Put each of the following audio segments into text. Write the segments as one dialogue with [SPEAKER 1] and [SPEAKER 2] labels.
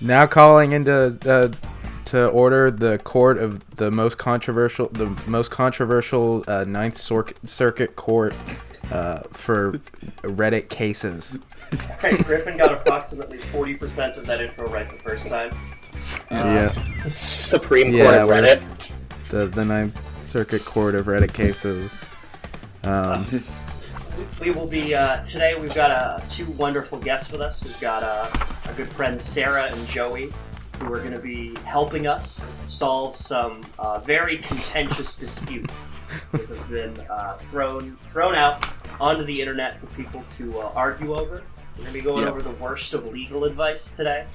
[SPEAKER 1] Now calling into uh, to order the court of the most controversial, the most controversial uh, Ninth Cir- Circuit Court uh, for Reddit cases.
[SPEAKER 2] Okay, Griffin got approximately 40% of that info right the first time.
[SPEAKER 1] yeah,
[SPEAKER 3] Supreme Court
[SPEAKER 1] Yeah,
[SPEAKER 3] of
[SPEAKER 1] we're-
[SPEAKER 3] Reddit.
[SPEAKER 1] the the Ninth Circuit Court of Reddit cases. Um,
[SPEAKER 2] We will be, uh, today we've got uh, two wonderful guests with us. We've got uh, our good friends Sarah and Joey, who are going to be helping us solve some uh, very contentious disputes that have been uh, thrown, thrown out onto the internet for people to uh, argue over. We're going to be going
[SPEAKER 4] Yeah.
[SPEAKER 2] over the worst of legal advice today.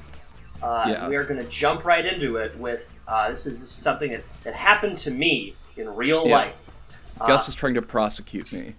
[SPEAKER 2] Uh,
[SPEAKER 4] Yeah.
[SPEAKER 2] We are going to jump right into it with uh, this, is, this is something that, that happened to me in real
[SPEAKER 4] Yeah.
[SPEAKER 2] life. Uh,
[SPEAKER 4] Gus is trying to prosecute me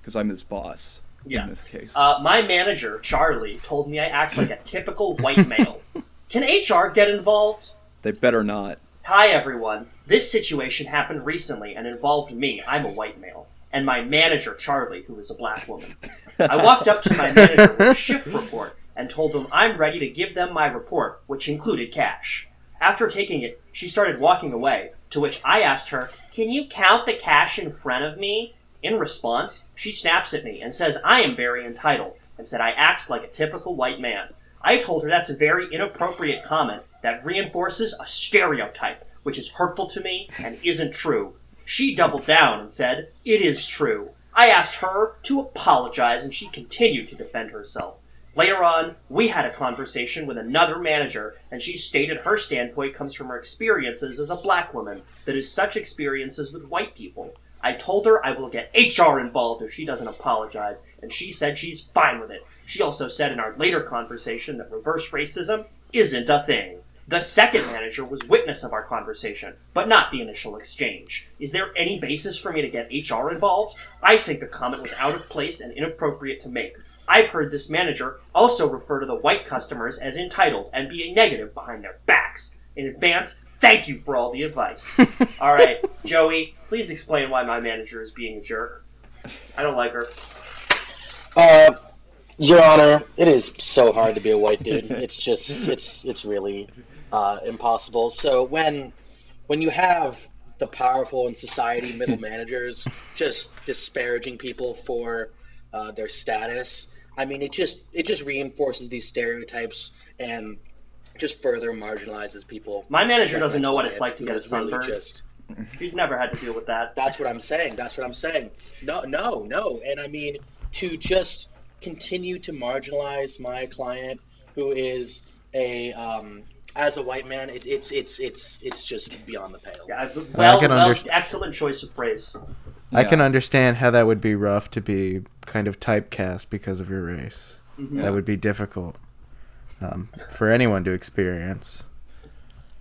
[SPEAKER 4] because I'm his boss
[SPEAKER 2] Yeah.
[SPEAKER 4] in this case.
[SPEAKER 2] Uh, my manager, Charlie, told me I act like a typical white male. Can HR get involved?
[SPEAKER 4] they better not.
[SPEAKER 2] Hi, everyone. This situation happened recently and involved me. I'm a white male. And my manager, Charlie, who is a black woman. I walked up to my manager with a shift report and told them I'm ready to give them my report, which included cash. After taking it, she started walking away, to which I asked her, Can you count the cash in front of me? In response, she snaps at me and says I am very entitled and said I act like a typical white man. I told her that's a very inappropriate comment that reinforces a stereotype, which is hurtful to me and isn't true. She doubled down and said, It is true. I asked her to apologize and she continued to defend herself. Later on, we had a conversation with another manager, and she stated her standpoint comes from her experiences as a black woman, that is such experiences with white people. I told her I will get HR involved if she doesn't apologize, and she said she's fine with it. She also said in our later conversation that reverse racism isn't a thing. The second manager was witness of our conversation, but not the initial exchange. Is there any basis for me to get HR involved? I think the comment was out of place and inappropriate to make. I've heard this manager also refer to the white customers as entitled and being negative behind their backs. In advance, thank you for all the advice. all right, Joey, please explain why my manager is being a jerk. I don't like her.
[SPEAKER 3] Uh, Your Honor, it is so hard to be a white dude. It's just, it's, it's really uh, impossible. So when, when you have the powerful in society middle managers just disparaging people for uh, their status, I mean, it just, it just reinforces these stereotypes and just further marginalizes people.
[SPEAKER 2] My manager doesn't know what it's like to get a
[SPEAKER 3] It's really
[SPEAKER 2] sunburn.
[SPEAKER 3] just-
[SPEAKER 2] She's never had to deal with that.
[SPEAKER 3] That's what I'm saying. That's what I'm saying. No, no, no. And I mean, to just continue to marginalize my client, who is a um, as a white man, it, it's it's it's it's just beyond the pale.
[SPEAKER 2] Yeah, I've- well,
[SPEAKER 1] can
[SPEAKER 2] well
[SPEAKER 1] underst-
[SPEAKER 2] excellent choice of phrase.
[SPEAKER 1] I can
[SPEAKER 4] Yeah.
[SPEAKER 1] understand how that would be rough to be kind of typecast because of your race. That would be difficult um, for anyone to experience.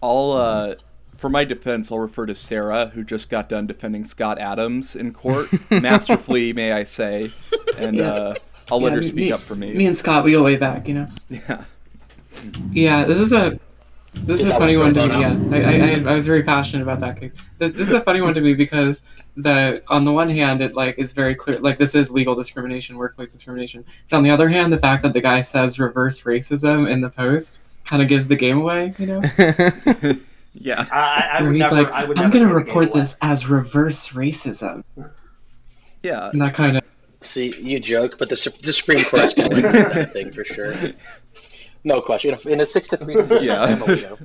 [SPEAKER 4] I'll uh, for my defense, I'll refer to Sarah, who just got done defending Scott Adams in court, masterfully, may I say, and uh, I'll let her
[SPEAKER 5] me-
[SPEAKER 4] speak
[SPEAKER 5] me-
[SPEAKER 4] up for me.
[SPEAKER 5] Me and Scott, we go way back, you know.
[SPEAKER 4] yeah.
[SPEAKER 5] Yeah, this is a this is
[SPEAKER 3] that
[SPEAKER 5] a funny
[SPEAKER 3] what
[SPEAKER 5] one
[SPEAKER 3] you're
[SPEAKER 5] to me. Yeah,
[SPEAKER 3] doing
[SPEAKER 5] I, I, I, I was very passionate about that case. This, this is a funny one to me because the on the one hand, it like is very clear, like this is legal discrimination, workplace discrimination. But on the other hand, the fact that the guy says reverse racism in the post kind of gives the game away, you know.
[SPEAKER 4] Yeah.
[SPEAKER 2] I, I, I
[SPEAKER 5] Where
[SPEAKER 2] would
[SPEAKER 5] he's
[SPEAKER 2] never.
[SPEAKER 5] like,
[SPEAKER 2] I would
[SPEAKER 5] I'm
[SPEAKER 2] never throw
[SPEAKER 5] going to
[SPEAKER 2] the game
[SPEAKER 5] report
[SPEAKER 2] away."
[SPEAKER 5] this as reverse racism,
[SPEAKER 4] Yeah.
[SPEAKER 5] and that kind of
[SPEAKER 3] See, you joke, but the, Sup- the Supreme Court is going to look at that thing for sure. No question. In a, in a six to three decision,
[SPEAKER 4] Yeah.
[SPEAKER 3] Sam will go.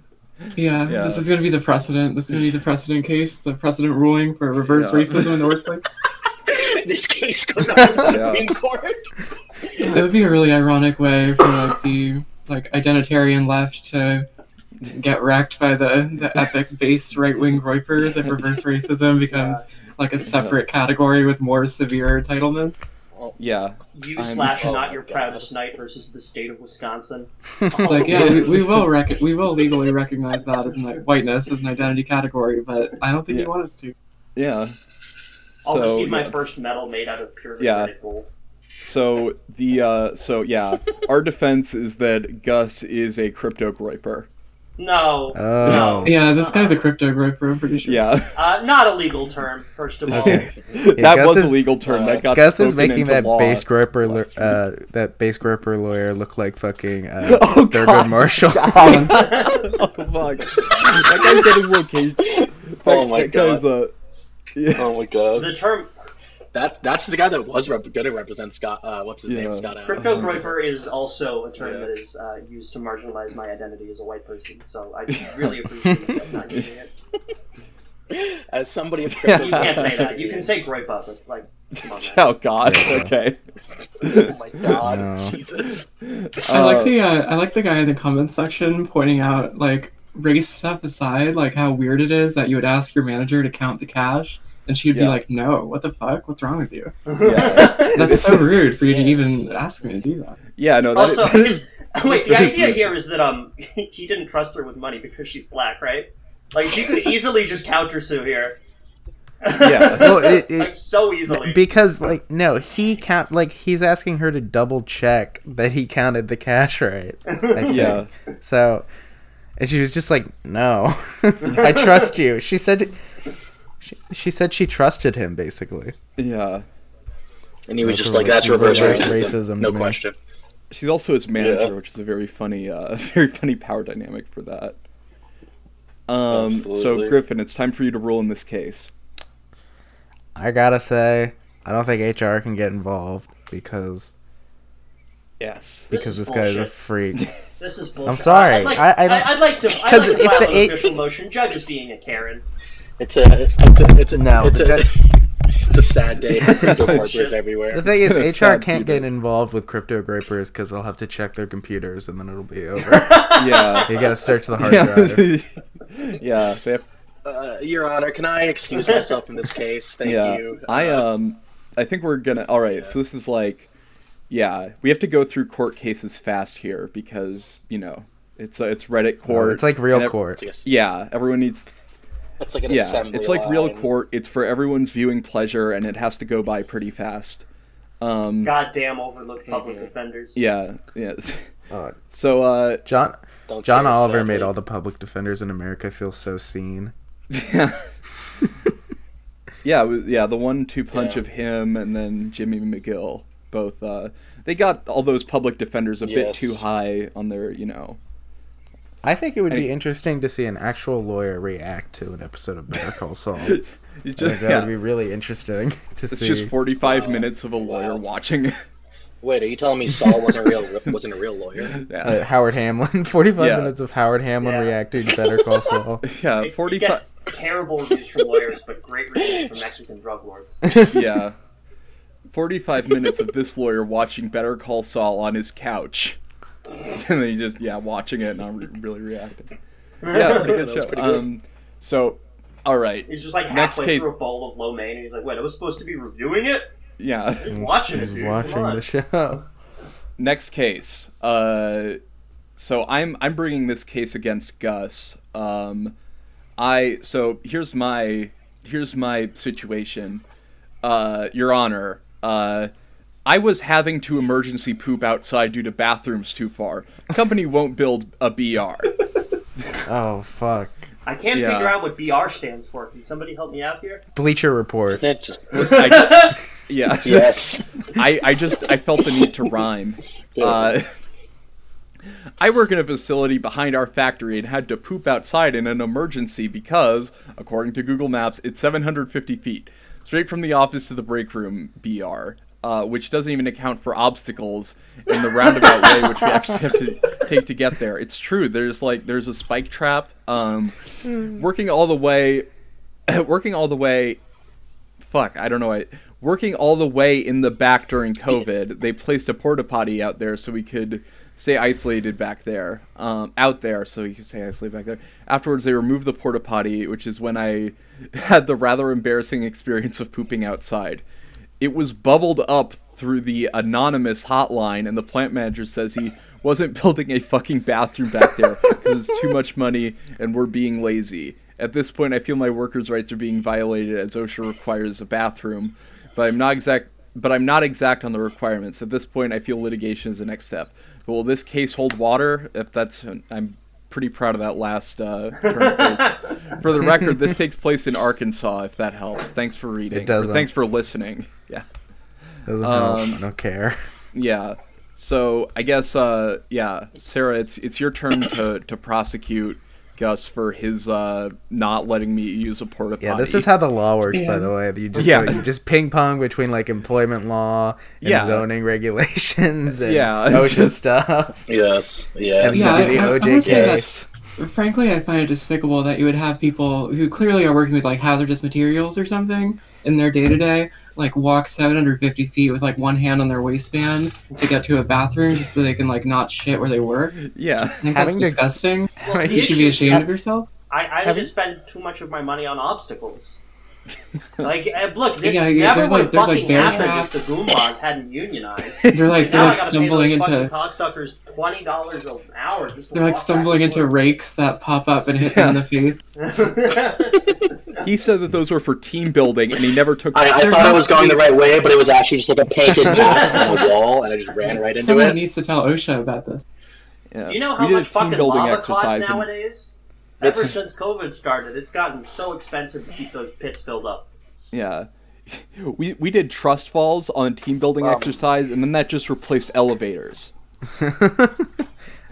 [SPEAKER 5] yeah,
[SPEAKER 4] Yeah.
[SPEAKER 5] This is going to be the precedent. This is going to be the precedent case, the precedent ruling for reverse
[SPEAKER 4] Yeah.
[SPEAKER 5] racism in the workplace.
[SPEAKER 3] This case goes up to the
[SPEAKER 4] Yeah.
[SPEAKER 3] Supreme Court.
[SPEAKER 5] It would be a really ironic way for like the like identitarian left to get wrecked by the the epic based right wing Groypers if reverse racism becomes like a separate category with more severe entitlements.
[SPEAKER 4] Yeah.
[SPEAKER 2] You
[SPEAKER 4] I'm-
[SPEAKER 2] slash
[SPEAKER 4] oh
[SPEAKER 2] not
[SPEAKER 4] my
[SPEAKER 2] your
[SPEAKER 4] God.
[SPEAKER 2] proudest knight versus the state of Wisconsin.
[SPEAKER 5] It's like yeah, we, we will rec- we will legally recognize that as an, like, whiteness as an identity category, but I don't think
[SPEAKER 4] Yeah.
[SPEAKER 5] you want us to.
[SPEAKER 4] Yeah.
[SPEAKER 2] I'll
[SPEAKER 4] So,
[SPEAKER 2] receive my
[SPEAKER 4] yeah.
[SPEAKER 2] first medal made out of pure
[SPEAKER 4] Yeah.
[SPEAKER 2] Nordic gold.
[SPEAKER 4] So the uh, so yeah, our defense is that Gus is a crypto groiper.
[SPEAKER 2] No.
[SPEAKER 1] Oh.
[SPEAKER 2] No.
[SPEAKER 5] Yeah, this guy's a crypto groper, I'm pretty sure.
[SPEAKER 4] Yeah,
[SPEAKER 2] Uh, not a legal term, first of all.
[SPEAKER 4] that
[SPEAKER 1] Gus
[SPEAKER 4] was
[SPEAKER 1] is-
[SPEAKER 4] a legal term that got
[SPEAKER 1] Gus is
[SPEAKER 4] spoken
[SPEAKER 1] making
[SPEAKER 4] into
[SPEAKER 1] that
[SPEAKER 4] law.
[SPEAKER 1] base groper, lo-
[SPEAKER 4] last
[SPEAKER 1] uh, that base groper lawyer look like fucking uh,
[SPEAKER 4] Oh,
[SPEAKER 1] Thurgood
[SPEAKER 4] God.
[SPEAKER 1] Marshall.
[SPEAKER 4] oh fuck! That guy said his location.
[SPEAKER 3] Oh
[SPEAKER 4] that-
[SPEAKER 3] my
[SPEAKER 4] that guy's, uh, yeah.
[SPEAKER 3] Oh my god.
[SPEAKER 2] The term
[SPEAKER 3] That's that's the guy that was rep- going to represent Scott. Uh, what's his
[SPEAKER 4] Yeah.
[SPEAKER 3] name? Scott Adams.
[SPEAKER 4] Oh.
[SPEAKER 2] crypto groiper is also a term
[SPEAKER 3] Yeah.
[SPEAKER 2] that is uh, used to marginalize my identity as a white person. So I really appreciate you guys not using it.
[SPEAKER 3] As somebody of
[SPEAKER 4] Yeah.
[SPEAKER 3] crypto,
[SPEAKER 2] You can't say that. You can say groipa, but like, come on, man.
[SPEAKER 4] Oh god. Okay.
[SPEAKER 3] Oh my god,
[SPEAKER 1] No.
[SPEAKER 3] Jesus!
[SPEAKER 5] I
[SPEAKER 4] Uh,
[SPEAKER 5] like the uh, I like the guy in the comments section pointing out like race stuff aside, like how weird it is that you would ask your manager to count the cash, and she'd be
[SPEAKER 4] Yeah.
[SPEAKER 5] like, "No, what the fuck? What's wrong with you?
[SPEAKER 4] Yeah.
[SPEAKER 5] That's so rude for you to even ask me to do that."
[SPEAKER 4] Yeah. No. That
[SPEAKER 2] Also,
[SPEAKER 4] that is-
[SPEAKER 2] his, wait, the idea here is that um, he didn't trust her with money because she's black, right? Like, she could easily just counter sue here.
[SPEAKER 4] Yeah.
[SPEAKER 1] Well, it- it-
[SPEAKER 2] like, so easily.
[SPEAKER 1] because like no, he count like he's asking her to double check that he counted the cash right. I think.
[SPEAKER 4] Yeah.
[SPEAKER 1] So, and she was just like, "No, I trust you." She said, she, she said she trusted him basically.
[SPEAKER 4] yeah.
[SPEAKER 3] And he was
[SPEAKER 1] That's
[SPEAKER 3] just like,
[SPEAKER 1] right.
[SPEAKER 3] "That's reverse
[SPEAKER 1] Reverse
[SPEAKER 3] racism,
[SPEAKER 1] racism
[SPEAKER 3] no
[SPEAKER 1] to me.
[SPEAKER 3] question."
[SPEAKER 4] She's also his manager,
[SPEAKER 3] Yeah.
[SPEAKER 4] which is a very funny, uh, very funny power dynamic for that. Um, so
[SPEAKER 3] Absolutely.
[SPEAKER 4] Griffin, it's time for you to rule in this case.
[SPEAKER 1] I gotta say, I don't think HR can get involved because
[SPEAKER 4] Yes.
[SPEAKER 2] This
[SPEAKER 1] because
[SPEAKER 2] is
[SPEAKER 1] this, guy's a
[SPEAKER 2] bullshit.
[SPEAKER 1] freak.
[SPEAKER 2] This is bullshit.
[SPEAKER 1] I'm sorry.
[SPEAKER 2] I'd like,
[SPEAKER 1] I- I
[SPEAKER 2] I,
[SPEAKER 1] don't-
[SPEAKER 2] would like to. I'd
[SPEAKER 1] 'Cause
[SPEAKER 2] like to
[SPEAKER 1] if
[SPEAKER 2] file
[SPEAKER 1] the
[SPEAKER 2] an
[SPEAKER 1] eight-
[SPEAKER 2] official motion. Judge is being a Karen.
[SPEAKER 3] It's a, it's a, it's a,
[SPEAKER 1] No,
[SPEAKER 3] it's, a
[SPEAKER 1] but
[SPEAKER 3] it's a sad day for crypto
[SPEAKER 2] Shit.
[SPEAKER 3] corporates
[SPEAKER 1] The
[SPEAKER 3] everywhere.
[SPEAKER 1] thing is, HR
[SPEAKER 4] Sad
[SPEAKER 1] can't
[SPEAKER 4] Peter.
[SPEAKER 1] get involved with crypto grapers because they'll have to check their computers and then it'll be over.
[SPEAKER 4] Yeah.
[SPEAKER 1] you gotta search the hard drive.
[SPEAKER 4] yeah. yeah. They have
[SPEAKER 3] Uh, Your Honor, can I excuse myself in this case? Thank
[SPEAKER 4] yeah.
[SPEAKER 3] you. Uh,
[SPEAKER 4] I um I think we're gonna all right, so this is like yeah, we have to go through court cases fast here because, you know, it's uh, it's Reddit court.
[SPEAKER 1] It's like real
[SPEAKER 4] and ev-
[SPEAKER 1] court.
[SPEAKER 3] It's like,
[SPEAKER 4] Yeah, everyone needs
[SPEAKER 3] a, it's like an
[SPEAKER 4] yeah,
[SPEAKER 3] assembly
[SPEAKER 4] it's like real
[SPEAKER 3] line.
[SPEAKER 4] court. It's for everyone's viewing pleasure and it has to go by pretty fast. Um
[SPEAKER 2] Goddamn overlooked public defenders.
[SPEAKER 4] yeah, yeah.
[SPEAKER 1] Uh,
[SPEAKER 4] So uh
[SPEAKER 1] John
[SPEAKER 3] Don't
[SPEAKER 1] John
[SPEAKER 3] care,
[SPEAKER 1] Oliver
[SPEAKER 3] sadly.
[SPEAKER 1] made all the public defenders in America feel so seen.
[SPEAKER 4] yeah. yeah, it was- yeah, the one two punch
[SPEAKER 3] Yeah.
[SPEAKER 4] of him and then Jimmy McGill both uh they got all those public defenders a bit
[SPEAKER 3] Yes.
[SPEAKER 4] too high on their, you know.
[SPEAKER 1] I think it would
[SPEAKER 4] Any-
[SPEAKER 1] be interesting to see an actual lawyer react to an episode of Better Call Saul. I think
[SPEAKER 4] It's
[SPEAKER 1] that
[SPEAKER 4] just, yeah,
[SPEAKER 1] would be really interesting to
[SPEAKER 4] it's
[SPEAKER 1] see.
[SPEAKER 4] just 45 minutes of a lawyer
[SPEAKER 3] Wow.
[SPEAKER 4] watching.
[SPEAKER 3] Wait, are you telling me Saul wasn't real? wasn't a real lawyer?
[SPEAKER 1] uh,
[SPEAKER 4] yeah.
[SPEAKER 1] Howard Hamlin, forty-five
[SPEAKER 4] Yeah.
[SPEAKER 1] minutes of Howard Hamlin
[SPEAKER 2] Yeah.
[SPEAKER 1] reacting to Better Call Saul.
[SPEAKER 4] Yeah,
[SPEAKER 2] It- It
[SPEAKER 4] 45
[SPEAKER 2] gets terrible reviews from lawyers, but great reviews from Mexican drug lords.
[SPEAKER 4] yeah. 45 minutes of this lawyer watching Better Call Saul on his couch. and then he just yeah, watching it and I'm re- really reacting. Yeah, pretty good show. Um so all right.
[SPEAKER 2] He's just like
[SPEAKER 4] Next
[SPEAKER 2] halfway
[SPEAKER 4] case-
[SPEAKER 2] through a bowl of lo mein, and he's like, "Wait, I was supposed to be reviewing it,
[SPEAKER 4] Yeah.
[SPEAKER 2] watching it,
[SPEAKER 1] He's
[SPEAKER 2] dude.
[SPEAKER 1] watching
[SPEAKER 2] Come on.
[SPEAKER 1] the show.
[SPEAKER 4] next case. Uh, so I'm I'm bringing this case against Gus. Um, I so here's my here's my situation, uh, Your Honor. Uh, I was having to emergency poop outside due to bathrooms too far. Company won't build a BR.
[SPEAKER 1] Oh fuck!
[SPEAKER 2] I can't
[SPEAKER 4] Yeah.
[SPEAKER 2] figure out what BR stands for. Can somebody help me out here?
[SPEAKER 1] Bleacher Report.
[SPEAKER 3] Isn't it just-
[SPEAKER 4] I- yeah.
[SPEAKER 3] yes.
[SPEAKER 4] I, I just I felt the need to rhyme. Uh, I work in a facility behind our factory and had to poop outside in an emergency because, according to Google Maps, it's 750 feet straight from the office to the break room BR, uh, which doesn't even account for obstacles in the roundabout way, which we actually have to take to get there. It's true. There's like there's a spike trap. Um, working all the way, working all the way fuck, I don't know. I, working all the way in the back during COVID, they placed a porta potty out there so we could stay isolated back there, um, out there, so you could stay isolated back there. Afterwards, they removed the porta potty, which is when I had the rather embarrassing experience of pooping outside. It was bubbled up through the anonymous hotline, and the plant manager says he wasn't building a fucking bathroom back there because it's too much money and we're being lazy. At this point, I feel my workers' rights are being violated as OSHA requires a bathroom, but I'm not exact. But I'm not exact on the requirements. At this point, I feel litigation is the next step. But will this case hold water? If that's, I'm pretty proud of that last uh, turn phrase. For the record, this takes place in Arkansas. If that helps, thanks for reading.
[SPEAKER 1] It doesn't.
[SPEAKER 4] Or thanks for listening. Yeah,
[SPEAKER 1] Doesn't help.
[SPEAKER 4] Um,
[SPEAKER 1] I don't care.
[SPEAKER 4] yeah. So I guess uh, yeah, Sarah, it's it's your turn to to prosecute Gus for his uh, not letting me use a porta potty.
[SPEAKER 1] Yeah, this is how the law works, by
[SPEAKER 5] Yeah.
[SPEAKER 1] the way. You just
[SPEAKER 4] Yeah.
[SPEAKER 1] go- you just ping pong between like employment law and
[SPEAKER 4] Yeah.
[SPEAKER 1] zoning regulations and
[SPEAKER 4] Yeah,
[SPEAKER 1] OSHA
[SPEAKER 4] just-
[SPEAKER 1] stuff.
[SPEAKER 3] Yes,
[SPEAKER 1] And
[SPEAKER 3] yes.
[SPEAKER 5] Yeah,
[SPEAKER 1] you do the
[SPEAKER 5] I- I- I
[SPEAKER 1] OJ
[SPEAKER 5] would say
[SPEAKER 1] case.
[SPEAKER 5] that's- Frankly, I find it despicable that you would have people who clearly are working with like hazardous materials or something in their day to day, like walk 750 feet with like one hand on their waistband to get to a bathroom just so they can like not shit where they work. I
[SPEAKER 4] yeah.
[SPEAKER 1] Having
[SPEAKER 5] think that's
[SPEAKER 1] to-
[SPEAKER 5] disgusting.
[SPEAKER 2] Well, the
[SPEAKER 5] You should be
[SPEAKER 2] issue-
[SPEAKER 5] ashamed of yourself.
[SPEAKER 2] I, I
[SPEAKER 1] Have you-
[SPEAKER 2] just spend too much of my money on obstacles. like, eh, look, this
[SPEAKER 5] Yeah, yeah,
[SPEAKER 2] never
[SPEAKER 5] there's
[SPEAKER 2] would
[SPEAKER 5] like-
[SPEAKER 2] have
[SPEAKER 5] there's like
[SPEAKER 2] fucking
[SPEAKER 5] bear
[SPEAKER 2] happened
[SPEAKER 5] traps.
[SPEAKER 2] if the Goombas hadn't unionized.
[SPEAKER 5] They're like they're
[SPEAKER 2] now I gotta pay
[SPEAKER 5] like
[SPEAKER 2] those
[SPEAKER 5] stumbling
[SPEAKER 2] fucking
[SPEAKER 5] into
[SPEAKER 2] cocksuckers twenty dollars an hour just to
[SPEAKER 5] they're like
[SPEAKER 2] walk
[SPEAKER 5] stumbling
[SPEAKER 2] back
[SPEAKER 5] into
[SPEAKER 2] and
[SPEAKER 5] rakes that pop up and hit them in the face.
[SPEAKER 2] forth.
[SPEAKER 4] He said that those were for team building, and he never took.
[SPEAKER 3] I, I
[SPEAKER 4] There
[SPEAKER 3] thought I was
[SPEAKER 4] must
[SPEAKER 3] going
[SPEAKER 4] be-
[SPEAKER 3] the right way, but it was actually just like a painted map on the wall, and I just ran right into
[SPEAKER 5] Someone
[SPEAKER 3] it.
[SPEAKER 5] needs to tell OSHA about this.
[SPEAKER 4] Yeah.
[SPEAKER 2] Do you know
[SPEAKER 4] We
[SPEAKER 2] how
[SPEAKER 4] did a
[SPEAKER 2] much fucking
[SPEAKER 4] team-building
[SPEAKER 2] lava
[SPEAKER 4] exercise
[SPEAKER 2] costs
[SPEAKER 4] and-
[SPEAKER 2] nowadays? Ever
[SPEAKER 3] It's-
[SPEAKER 2] since COVID started, it's gotten so expensive to keep those pits filled up.
[SPEAKER 4] Yeah. We, we did trust falls on team building
[SPEAKER 3] Wow.
[SPEAKER 4] exercise, and then that just replaced elevators.
[SPEAKER 2] All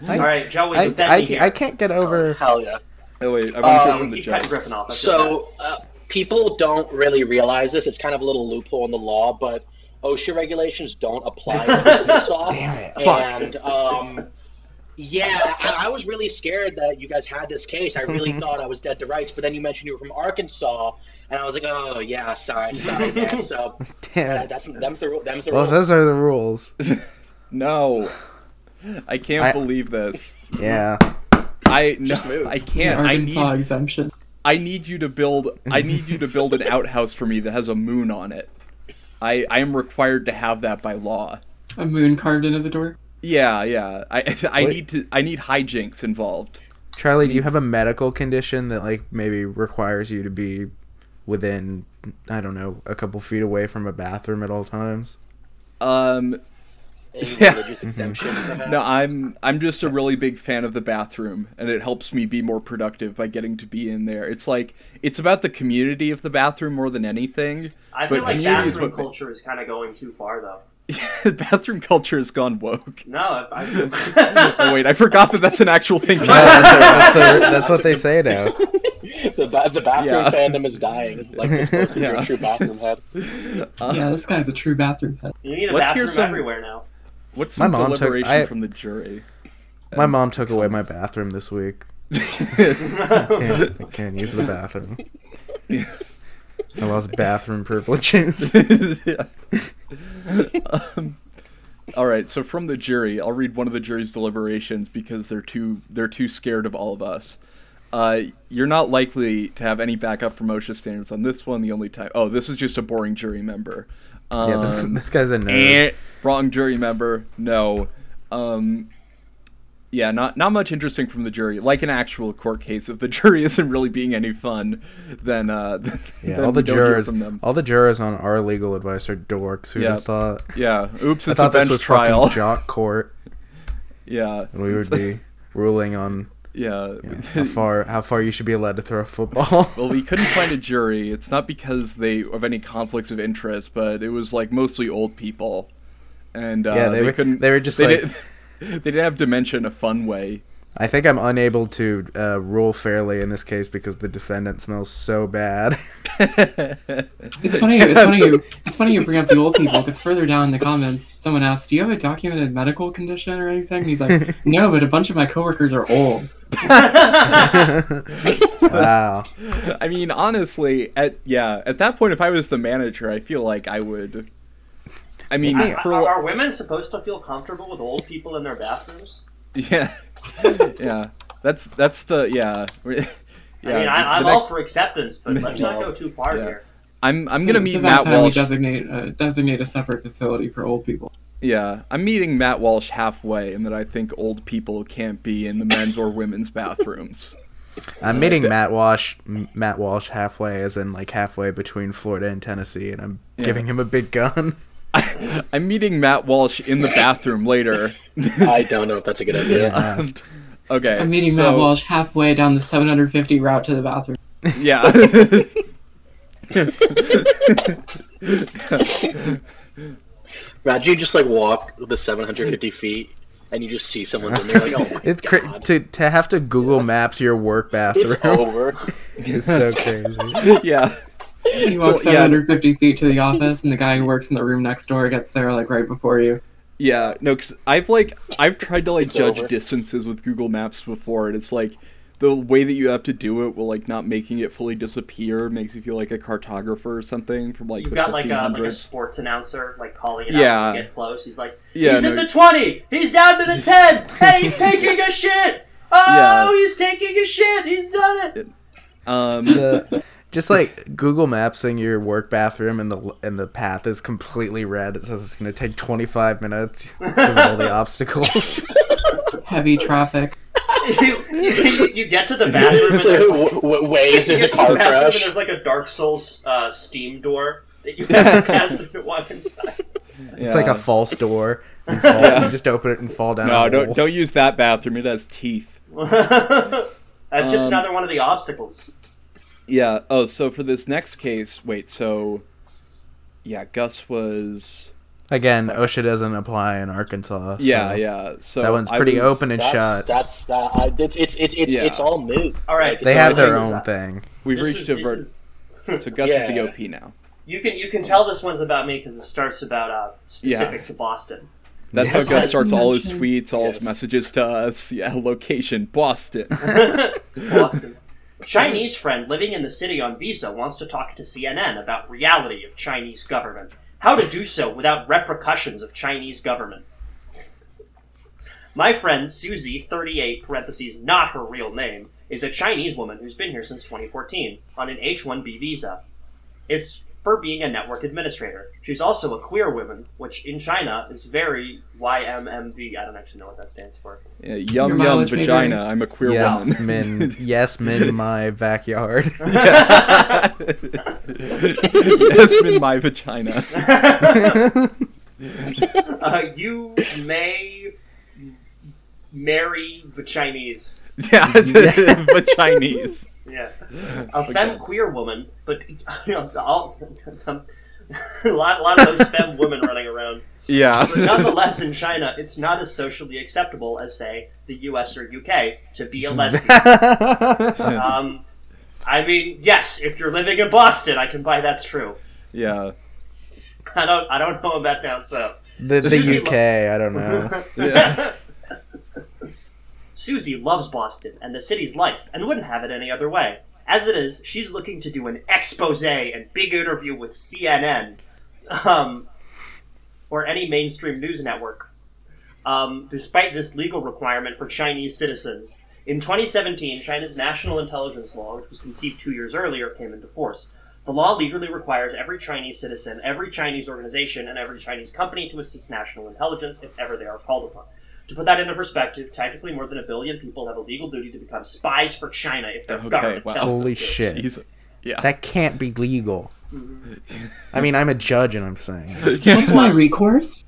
[SPEAKER 2] right, Joey,
[SPEAKER 1] I,
[SPEAKER 2] defend me
[SPEAKER 1] I,
[SPEAKER 2] here.
[SPEAKER 1] I can't get over.
[SPEAKER 3] Hell yeah.
[SPEAKER 4] Oh wait, I want to
[SPEAKER 3] Um,
[SPEAKER 4] hear from the
[SPEAKER 2] keep cutting
[SPEAKER 4] judge.
[SPEAKER 2] Griffin off. I feel
[SPEAKER 3] So uh, people don't really realize this. It's kind of a little loophole in the law, but OSHA regulations don't apply to Arkansas.
[SPEAKER 1] Damn it.
[SPEAKER 3] And um, yeah, I, I was really scared that you guys had this case. I really
[SPEAKER 1] Mm-hmm.
[SPEAKER 3] thought I was dead to rights, but then you mentioned you were from Arkansas, and I was like, oh yeah, sorry, sorry, man. So
[SPEAKER 1] Damn
[SPEAKER 3] uh,
[SPEAKER 1] it.
[SPEAKER 3] that's them's the ru- them's the
[SPEAKER 1] Well,
[SPEAKER 3] rules.
[SPEAKER 1] those are the rules.
[SPEAKER 4] No, I can't
[SPEAKER 1] I-
[SPEAKER 4] believe this.
[SPEAKER 1] Yeah.
[SPEAKER 4] I no,
[SPEAKER 3] move.
[SPEAKER 4] I can't. I
[SPEAKER 5] Arkansas
[SPEAKER 4] need
[SPEAKER 5] exemption.
[SPEAKER 4] I need you to build. I need you to build an outhouse for me that has a moon on it. I I am required to have that by law.
[SPEAKER 5] A moon carved into the door.
[SPEAKER 4] Yeah, yeah. I I
[SPEAKER 1] What-
[SPEAKER 4] need to. I need hijinks involved.
[SPEAKER 1] Charlie, do you have a medical condition that like maybe requires you to be within I don't know a couple feet away from a bathroom at all times?
[SPEAKER 4] Um,
[SPEAKER 3] A
[SPEAKER 4] Yeah.
[SPEAKER 3] religious exemption, perhaps.
[SPEAKER 4] No, I'm I'm just a really big fan of the bathroom, and it helps me be more productive by getting to be in there. It's like it's about the community of the bathroom more than anything.
[SPEAKER 2] I feel
[SPEAKER 4] but
[SPEAKER 2] like
[SPEAKER 4] community is
[SPEAKER 2] bathroom
[SPEAKER 4] what-
[SPEAKER 2] culture is kind of going too far, though.
[SPEAKER 4] bathroom culture has gone woke.
[SPEAKER 2] No, I, I,
[SPEAKER 4] Oh wait, I forgot that that's an actual thing.
[SPEAKER 1] No, that's, what- that's what- that's what they say now.
[SPEAKER 3] the, ba- the bathroom
[SPEAKER 4] Yeah.
[SPEAKER 3] fandom is dying. Like this person, you're
[SPEAKER 4] Yeah.
[SPEAKER 3] a true bathroom head.
[SPEAKER 4] Uh,
[SPEAKER 5] Yeah, this guy's a true bathroom pet.
[SPEAKER 2] you need a
[SPEAKER 4] Let's hear
[SPEAKER 2] bathroom
[SPEAKER 4] some-
[SPEAKER 2] everywhere now.
[SPEAKER 4] What's
[SPEAKER 1] My
[SPEAKER 4] some
[SPEAKER 1] mom took-
[SPEAKER 4] deliberation
[SPEAKER 1] I-
[SPEAKER 4] from the jury?
[SPEAKER 1] My mom took away my bathroom this week. Can't, I can't use the bathroom. I lost bathroom privileges.
[SPEAKER 4] Yeah. um, all right, so from the jury, I'll read one of the jury's deliberations because they're too they're too scared of all of us. Uh, you're not likely to have any backup from OSHA standards on this one. The only time, oh, this is just a boring jury member. Um,
[SPEAKER 1] Yeah, this, this guy's a nerd.
[SPEAKER 4] Eh, wrong jury member. No. Um, yeah, not not much interesting from the jury. Like an actual court case, if the jury isn't really being any fun, then uh,
[SPEAKER 1] Yeah,
[SPEAKER 4] then
[SPEAKER 1] all the
[SPEAKER 4] we don't hear
[SPEAKER 1] jurors,
[SPEAKER 4] from them.
[SPEAKER 1] all the jurors on our legal advice are dorks. Who would
[SPEAKER 4] Yeah.
[SPEAKER 1] have thought?
[SPEAKER 4] Yeah. Oops,
[SPEAKER 1] I
[SPEAKER 4] it's a
[SPEAKER 1] thought this
[SPEAKER 4] bench
[SPEAKER 1] was
[SPEAKER 4] trial.
[SPEAKER 1] fucking jock court,
[SPEAKER 4] Yeah.
[SPEAKER 1] and we would
[SPEAKER 4] It's-
[SPEAKER 1] be ruling on
[SPEAKER 4] Yeah.
[SPEAKER 1] how far how far you should be allowed to throw a football.
[SPEAKER 4] well, we couldn't find a jury. It's not because they of any conflicts of interest, but it was like mostly old people, and uh,
[SPEAKER 1] Yeah, they were-
[SPEAKER 4] couldn't.
[SPEAKER 1] they were just like-
[SPEAKER 4] didn't, they didn't have dementia in a fun way.
[SPEAKER 1] I think I'm unable to uh, rule fairly in this case because the defendant smells so bad.
[SPEAKER 5] It's funny. It's funny. You, it's funny you bring up the old people because further down in the comments, someone asked, "Do you have a documented medical condition or anything?" And he's like, "No, but a bunch of my coworkers are old."
[SPEAKER 1] wow.
[SPEAKER 4] I mean, honestly, at yeah, at that point, if I was the manager, I feel like I would. I mean, for,
[SPEAKER 2] Are, are women supposed to feel comfortable with old people in their bathrooms?
[SPEAKER 4] yeah, yeah, that's that's the yeah. yeah
[SPEAKER 2] I mean,
[SPEAKER 4] the- the
[SPEAKER 2] I, I'm
[SPEAKER 4] next-
[SPEAKER 2] all for acceptance, but let's not go too far
[SPEAKER 4] Yeah.
[SPEAKER 2] here.
[SPEAKER 4] I'm I'm
[SPEAKER 5] So
[SPEAKER 4] gonna
[SPEAKER 5] it's
[SPEAKER 4] meet
[SPEAKER 5] about
[SPEAKER 4] Matt
[SPEAKER 5] time we
[SPEAKER 4] Walsh.
[SPEAKER 5] Designate uh, designate a separate facility for old people.
[SPEAKER 4] Yeah, I'm meeting Matt Walsh halfway, and that I think old people can't be in the men's or women's bathrooms.
[SPEAKER 1] I'm meeting Matt Walsh, M- Matt Walsh halfway, as in like halfway between Florida and Tennessee, and I'm giving him a big gun.
[SPEAKER 4] I'm meeting Matt Walsh in the bathroom later.
[SPEAKER 1] Um,
[SPEAKER 3] I don't know if that's a good idea.
[SPEAKER 1] Asked.
[SPEAKER 4] Okay.
[SPEAKER 5] I'm meeting
[SPEAKER 4] so,
[SPEAKER 5] Matt Walsh halfway down the 750 route to the bathroom.
[SPEAKER 4] Yeah.
[SPEAKER 3] Matt, you just like walk the 750 feet and you just see someone's in there like, oh my
[SPEAKER 1] It's
[SPEAKER 3] god,
[SPEAKER 1] cra- to to have to Google Maps your work bathroom.
[SPEAKER 3] it's over.
[SPEAKER 1] It's so crazy.
[SPEAKER 4] yeah.
[SPEAKER 5] You walk
[SPEAKER 4] So, yeah.
[SPEAKER 5] 750 feet to the office, and the guy who works in the room next door gets there like right before you.
[SPEAKER 4] Yeah, no, cause I've like I've tried to like
[SPEAKER 3] It's
[SPEAKER 4] judge
[SPEAKER 3] over.
[SPEAKER 4] distances with Google Maps before, and it's like the way that you have to do it, while like not making it fully disappear, makes you feel like a cartographer or something from like
[SPEAKER 2] You've
[SPEAKER 4] the
[SPEAKER 2] got like a like a
[SPEAKER 4] 1500s.
[SPEAKER 2] sports announcer like calling it
[SPEAKER 4] Yeah.
[SPEAKER 2] out to get close. He's like,
[SPEAKER 4] Yeah,
[SPEAKER 2] he's
[SPEAKER 4] no,
[SPEAKER 2] at the twenty. He's down to the ten, and he's taking a shit. Oh,
[SPEAKER 4] Yeah.
[SPEAKER 2] he's taking a shit. He's done it.
[SPEAKER 4] um,
[SPEAKER 1] The- just like Google Mapsing your work bathroom and the and the path is completely red. It says it's going to take 25 minutes because of all the obstacles.
[SPEAKER 5] Heavy traffic.
[SPEAKER 2] you, you, you get to the bathroom and
[SPEAKER 3] It's like,
[SPEAKER 2] there's like,
[SPEAKER 3] w- w- waves, there's
[SPEAKER 2] you
[SPEAKER 3] a
[SPEAKER 2] get to the
[SPEAKER 3] car
[SPEAKER 2] bathroom and
[SPEAKER 3] crash.
[SPEAKER 2] there's like a Dark Souls uh, steam door that you have to pass through to walk inside.
[SPEAKER 1] It's like
[SPEAKER 4] yeah.
[SPEAKER 1] a false door. You, fall, you just open it and fall down.
[SPEAKER 4] no,
[SPEAKER 1] a
[SPEAKER 4] don't
[SPEAKER 1] hole.
[SPEAKER 4] don't use that bathroom. It has teeth.
[SPEAKER 2] That's just
[SPEAKER 4] Um,
[SPEAKER 2] another one of the obstacles.
[SPEAKER 4] Yeah. Oh, so for this next case, wait. So, yeah, Gus was.
[SPEAKER 1] Again, OSHA doesn't apply in Arkansas. so
[SPEAKER 4] Yeah, yeah. So
[SPEAKER 1] That one's
[SPEAKER 4] I
[SPEAKER 1] pretty
[SPEAKER 4] was-
[SPEAKER 1] open and
[SPEAKER 3] That's,
[SPEAKER 1] shut.
[SPEAKER 3] that's that. I, it's it's it's it's,
[SPEAKER 4] Yeah.
[SPEAKER 3] it's all moot.
[SPEAKER 2] All right,
[SPEAKER 3] Like,
[SPEAKER 1] they
[SPEAKER 2] so
[SPEAKER 1] have
[SPEAKER 2] this
[SPEAKER 1] their
[SPEAKER 2] is-
[SPEAKER 1] own thing.
[SPEAKER 4] We've
[SPEAKER 2] This
[SPEAKER 4] reached
[SPEAKER 2] is-
[SPEAKER 4] a
[SPEAKER 2] this
[SPEAKER 4] verdict.
[SPEAKER 2] is-
[SPEAKER 4] So Gus is the
[SPEAKER 3] Yeah.
[SPEAKER 4] OP now.
[SPEAKER 2] You can you can tell this one's about me because it starts about uh, specific to Boston.
[SPEAKER 4] That's
[SPEAKER 3] Yes.
[SPEAKER 4] how Gus starts all his
[SPEAKER 5] Mention-
[SPEAKER 4] tweets, all his
[SPEAKER 3] Yes.
[SPEAKER 4] messages to us. Yeah, location Boston.
[SPEAKER 2] Boston. Chinese friend living in the city on visa wants to talk to CNN about reality of Chinese government. How to do so without repercussions of Chinese government. My friend Susie, 38 parentheses not her real name, is a Chinese woman who's been here since 2014 on an H-1B visa. It's for being a network administrator. She's also a queer woman, which in China is very YMMV. I don't actually know what that stands for.
[SPEAKER 4] Yeah, yum yum
[SPEAKER 5] Your mileage may
[SPEAKER 4] vagina.
[SPEAKER 5] vary.
[SPEAKER 4] I'm a queer
[SPEAKER 1] Yes,
[SPEAKER 4] woman.
[SPEAKER 1] min. Yes, min. My backyard.
[SPEAKER 4] yes, min my vagina.
[SPEAKER 2] Uh, you may marry the Chinese.
[SPEAKER 4] Yeah, vaginis.
[SPEAKER 2] Yeah. A femme queer woman, but all, a lot, a lot of those femme women running around. But
[SPEAKER 4] Yeah.
[SPEAKER 2] nonetheless, in China, it's not as socially acceptable as, say, the US or UK to be a lesbian. Um, I mean, yes, if you're living in Boston, I can buy that's true.
[SPEAKER 4] yeah.
[SPEAKER 2] I don't, I don't know about down south.
[SPEAKER 1] The,
[SPEAKER 2] Susie
[SPEAKER 1] the UK. I don't know.
[SPEAKER 4] Yeah.
[SPEAKER 2] Susie loves Boston and the city's life and wouldn't have it any other way. As it is, she's looking to do an expose and big interview with CNN um, or any mainstream news network. Um, despite this legal requirement for Chinese citizens, in 2017, China's national intelligence law, which was conceived two years earlier, came into force. The law legally requires every Chinese citizen, every Chinese organization, and every Chinese company to assist national intelligence if ever they are called upon. To put that into perspective, technically more than a billion people have a legal duty to become spies for China if their
[SPEAKER 4] Okay,
[SPEAKER 2] government
[SPEAKER 4] wow.
[SPEAKER 2] tells them
[SPEAKER 1] Holy
[SPEAKER 2] to.
[SPEAKER 1] shit.
[SPEAKER 4] He's, yeah.
[SPEAKER 1] That can't be legal. I mean, I'm a judge, and I'm saying
[SPEAKER 5] What's my recourse?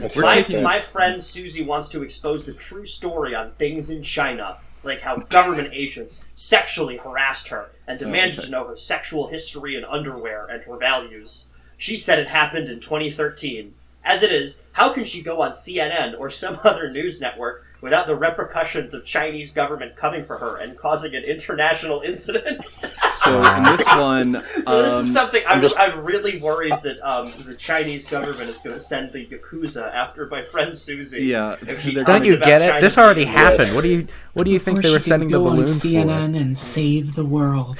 [SPEAKER 3] It's
[SPEAKER 2] My,
[SPEAKER 3] like that.
[SPEAKER 2] my friend Susie wants to expose the true story on things in China, like how government agents sexually harassed her
[SPEAKER 3] Oh,
[SPEAKER 2] and demanded
[SPEAKER 4] okay.
[SPEAKER 2] to know her sexual history and underwear and her values. She said it happened in 2013. As it is, how can she go on CNN or some other news network without the repercussions of Chinese government coming for her and causing an international incident?
[SPEAKER 4] So in this one, um,
[SPEAKER 2] So this is something I'm,
[SPEAKER 3] I'm just-
[SPEAKER 2] I'm really worried that um, the Chinese government is going to send the yakuza after my friend Susie.
[SPEAKER 4] Yeah,
[SPEAKER 2] if she
[SPEAKER 4] they're-
[SPEAKER 1] don't
[SPEAKER 2] talks
[SPEAKER 1] you
[SPEAKER 2] about
[SPEAKER 1] get it?
[SPEAKER 2] Chinese
[SPEAKER 1] This already
[SPEAKER 2] people.
[SPEAKER 1] happened.
[SPEAKER 3] Yes.
[SPEAKER 1] What do you What do you think they were sending the balloons
[SPEAKER 5] on
[SPEAKER 1] for?
[SPEAKER 5] CNN and save the world.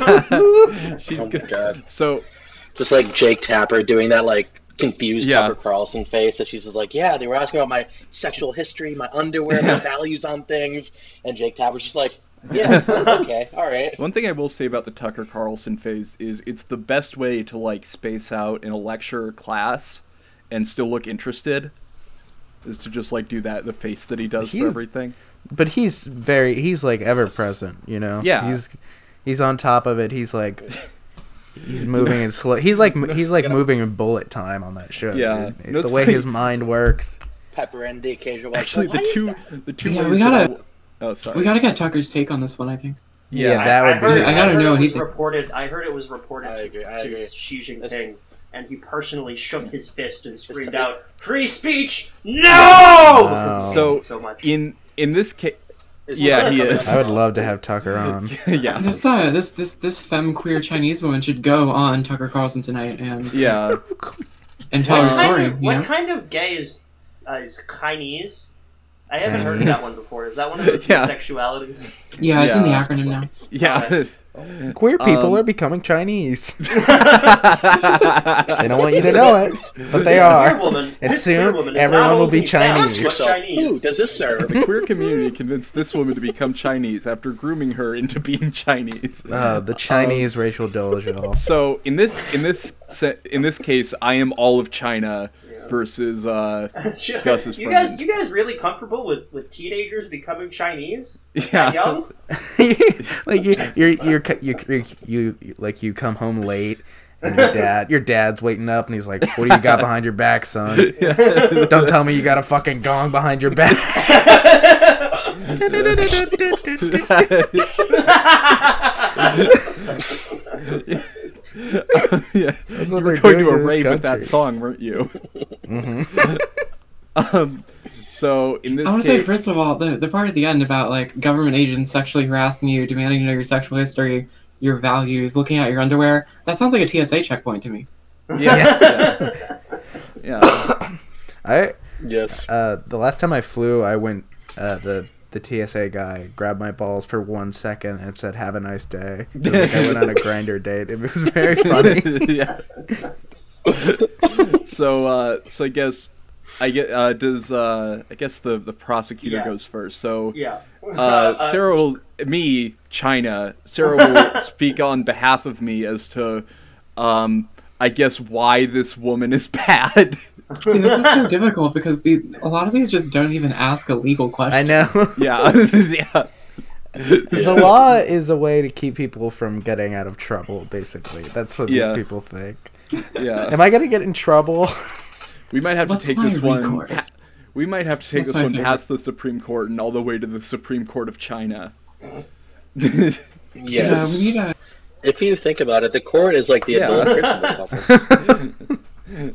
[SPEAKER 4] yeah. she's
[SPEAKER 3] Oh my
[SPEAKER 4] good.
[SPEAKER 3] god.
[SPEAKER 4] So
[SPEAKER 3] Just like Jake Tapper doing that like confused
[SPEAKER 4] Yeah.
[SPEAKER 3] Tucker Carlson face that she's just like, Yeah, they were asking about my sexual history, my underwear, my values on things and Jake Tapper's just like, Yeah, okay, alright.
[SPEAKER 4] One thing I will say about the Tucker Carlson phase is it's the best way to like space out in a lecture or class and still look interested is to just like do that the face that he does for
[SPEAKER 1] He's-
[SPEAKER 4] everything.
[SPEAKER 1] But he's very he's like ever present. You know.
[SPEAKER 4] Yeah.
[SPEAKER 1] He's he's on top of it. He's like. He's moving in slow. He's like he's like moving in bullet time on that show.
[SPEAKER 4] Yeah.
[SPEAKER 1] dude.
[SPEAKER 4] No,
[SPEAKER 1] the
[SPEAKER 4] it's
[SPEAKER 1] way
[SPEAKER 4] funny.
[SPEAKER 1] his mind works.
[SPEAKER 3] Pepper and the occasional like,
[SPEAKER 4] Actually,
[SPEAKER 3] "Well,
[SPEAKER 4] the
[SPEAKER 3] why is
[SPEAKER 4] two
[SPEAKER 3] that?"
[SPEAKER 4] the two
[SPEAKER 5] Yeah, we
[SPEAKER 4] ways that I
[SPEAKER 5] gotta-
[SPEAKER 4] will- Oh, sorry.
[SPEAKER 5] We gotta get Tucker's take on this one, I think.
[SPEAKER 1] Yeah,
[SPEAKER 4] yeah.
[SPEAKER 1] that
[SPEAKER 2] I,
[SPEAKER 1] would
[SPEAKER 2] I heard,
[SPEAKER 1] be.
[SPEAKER 5] I gotta
[SPEAKER 2] heard
[SPEAKER 5] know
[SPEAKER 2] It was
[SPEAKER 5] anything.
[SPEAKER 2] reported, I heard it was reported
[SPEAKER 3] I
[SPEAKER 2] to,
[SPEAKER 3] agree, I
[SPEAKER 2] to
[SPEAKER 3] agree.
[SPEAKER 2] Xi Jinping,
[SPEAKER 3] That's-
[SPEAKER 2] and he personally shook
[SPEAKER 1] Mm.
[SPEAKER 2] his fist and screamed
[SPEAKER 3] the-
[SPEAKER 2] out, "Free speech, no!"
[SPEAKER 1] Wow.
[SPEAKER 2] Because he so,
[SPEAKER 4] So-
[SPEAKER 2] it so much.
[SPEAKER 4] In in this case,
[SPEAKER 3] It's
[SPEAKER 4] yeah,
[SPEAKER 3] not
[SPEAKER 4] he
[SPEAKER 3] coming
[SPEAKER 4] is.
[SPEAKER 1] I would love to have Tucker on.
[SPEAKER 4] yeah,
[SPEAKER 5] This uh, this this this femme queer Chinese woman should go on Tucker Carlson tonight and
[SPEAKER 4] yeah.
[SPEAKER 5] and tell her
[SPEAKER 2] What
[SPEAKER 5] story.
[SPEAKER 2] kind,
[SPEAKER 5] You
[SPEAKER 2] of,
[SPEAKER 5] know?
[SPEAKER 2] what kind of gay is uh, is Chinese? I haven't heard that one before. Is that one of the
[SPEAKER 4] Yeah.
[SPEAKER 2] sexualities?
[SPEAKER 5] Yeah, it's in the
[SPEAKER 4] Yeah.
[SPEAKER 5] acronym now.
[SPEAKER 4] Yeah.
[SPEAKER 1] Queer people
[SPEAKER 4] Um, are
[SPEAKER 1] are becoming Chinese. they don't want you to know it, but they
[SPEAKER 2] Queer
[SPEAKER 1] are.
[SPEAKER 2] woman.
[SPEAKER 1] And
[SPEAKER 2] this
[SPEAKER 1] soon,
[SPEAKER 2] queer woman is
[SPEAKER 1] everyone
[SPEAKER 2] not
[SPEAKER 1] will
[SPEAKER 2] only
[SPEAKER 1] be
[SPEAKER 2] fat,
[SPEAKER 1] Chinese.
[SPEAKER 2] but
[SPEAKER 3] Yourself, Who
[SPEAKER 2] Chinese.
[SPEAKER 3] does this serve?
[SPEAKER 4] the queer community convinced this woman to become Chinese after grooming her into being Chinese.
[SPEAKER 1] Uh, the Chinese racial dojo.
[SPEAKER 4] So in this in this se- in this case, I am all of China versus uh, Gus is
[SPEAKER 2] you guys,
[SPEAKER 4] friend.
[SPEAKER 2] you guys really comfortable with, with teenagers becoming Chinese?
[SPEAKER 4] Yeah.
[SPEAKER 2] Young?
[SPEAKER 1] like you, you're, you're, cu- you, you, you, like you come home late. And your dad, your dad's waiting up, and he's like, "What do you got behind your back, son? Don't tell me you got a fucking gong behind your back."
[SPEAKER 4] yeah.
[SPEAKER 1] That's
[SPEAKER 4] You
[SPEAKER 1] what
[SPEAKER 4] were
[SPEAKER 1] they're
[SPEAKER 4] going to
[SPEAKER 1] doing
[SPEAKER 4] a
[SPEAKER 1] this
[SPEAKER 4] rave with that
[SPEAKER 1] country. Mm-hmm.
[SPEAKER 4] song, weren't you? um, so in this
[SPEAKER 5] I want to say
[SPEAKER 4] case,
[SPEAKER 5] first of all, the the part at the end about like government agents sexually harassing you, demanding to know your sexual history, your values, looking at your underwear. That sounds like a TSA checkpoint to me.
[SPEAKER 4] yeah, yeah, yeah.
[SPEAKER 1] I
[SPEAKER 3] Yes.
[SPEAKER 1] uh, the last time I flew, I went uh, the the TSA guy grabbed my balls for one second and said, "Have a nice day." It was like I went on a grinder date. It was very funny.
[SPEAKER 4] yeah. so uh, so I guess I get uh, does uh, I guess the the prosecutor
[SPEAKER 2] Yeah.
[SPEAKER 4] goes first. So
[SPEAKER 2] Yeah.
[SPEAKER 4] uh, Sarah will me China. Sarah will speak on behalf of me as to um, I guess why this woman is bad.
[SPEAKER 5] See, this is so difficult because the a lot of these just don't even ask a legal question.
[SPEAKER 1] I know.
[SPEAKER 4] yeah, yeah.
[SPEAKER 1] the law is a way to keep people from getting out of trouble. Basically, that's what
[SPEAKER 4] Yeah.
[SPEAKER 1] these people think.
[SPEAKER 4] Yeah,
[SPEAKER 1] Am I gonna get in trouble?
[SPEAKER 4] we might have
[SPEAKER 5] What's
[SPEAKER 4] to take
[SPEAKER 5] my
[SPEAKER 4] this one.
[SPEAKER 5] recourse?
[SPEAKER 4] we might have to take
[SPEAKER 5] What's
[SPEAKER 4] this
[SPEAKER 5] my
[SPEAKER 4] one
[SPEAKER 5] favorite?
[SPEAKER 4] past the Supreme Court and all the way to the Supreme Court of China.
[SPEAKER 5] Yeah,
[SPEAKER 3] Yes.
[SPEAKER 5] we need a.
[SPEAKER 3] If you think about it, the court is like the
[SPEAKER 4] Yeah.
[SPEAKER 3] adult prisoner office.
[SPEAKER 4] Um,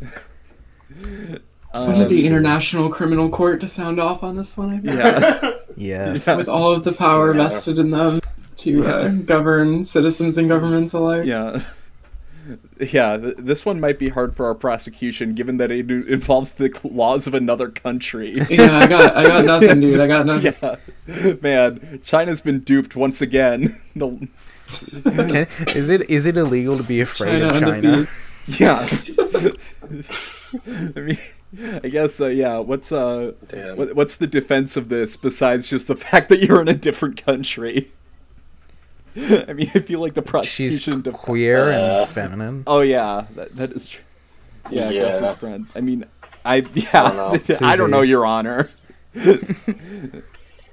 [SPEAKER 5] We need the International Criminal Court to sound off on this one. I think.
[SPEAKER 4] yeah,
[SPEAKER 1] yes.
[SPEAKER 5] With all of the power
[SPEAKER 3] Yeah.
[SPEAKER 5] vested in them to uh, govern citizens and governments alike.
[SPEAKER 4] yeah. Yeah, th- this one might be hard for our prosecution, given that it involves the cl- laws of another country.
[SPEAKER 5] Yeah, I got, I got nothing, dude. I got nothing.
[SPEAKER 4] yeah, man, China's been duped once again. The-
[SPEAKER 1] Can, is it is it illegal to be afraid
[SPEAKER 5] China
[SPEAKER 1] of China?
[SPEAKER 5] undefeated.
[SPEAKER 4] yeah, I mean, I guess uh, yeah. What's uh,
[SPEAKER 3] Damn.
[SPEAKER 4] what, what's the defense of this besides just the fact that you're in a different country? I mean, I feel like the
[SPEAKER 1] She's
[SPEAKER 4] prosecution. def-
[SPEAKER 1] queer
[SPEAKER 3] Uh,
[SPEAKER 1] and feminine.
[SPEAKER 4] oh yeah, that, that is true. Yeah,
[SPEAKER 3] Yeah.
[SPEAKER 4] Gus's friend. I mean, I yeah,
[SPEAKER 3] know.
[SPEAKER 4] I don't know,
[SPEAKER 1] Susie.
[SPEAKER 4] Your Honor.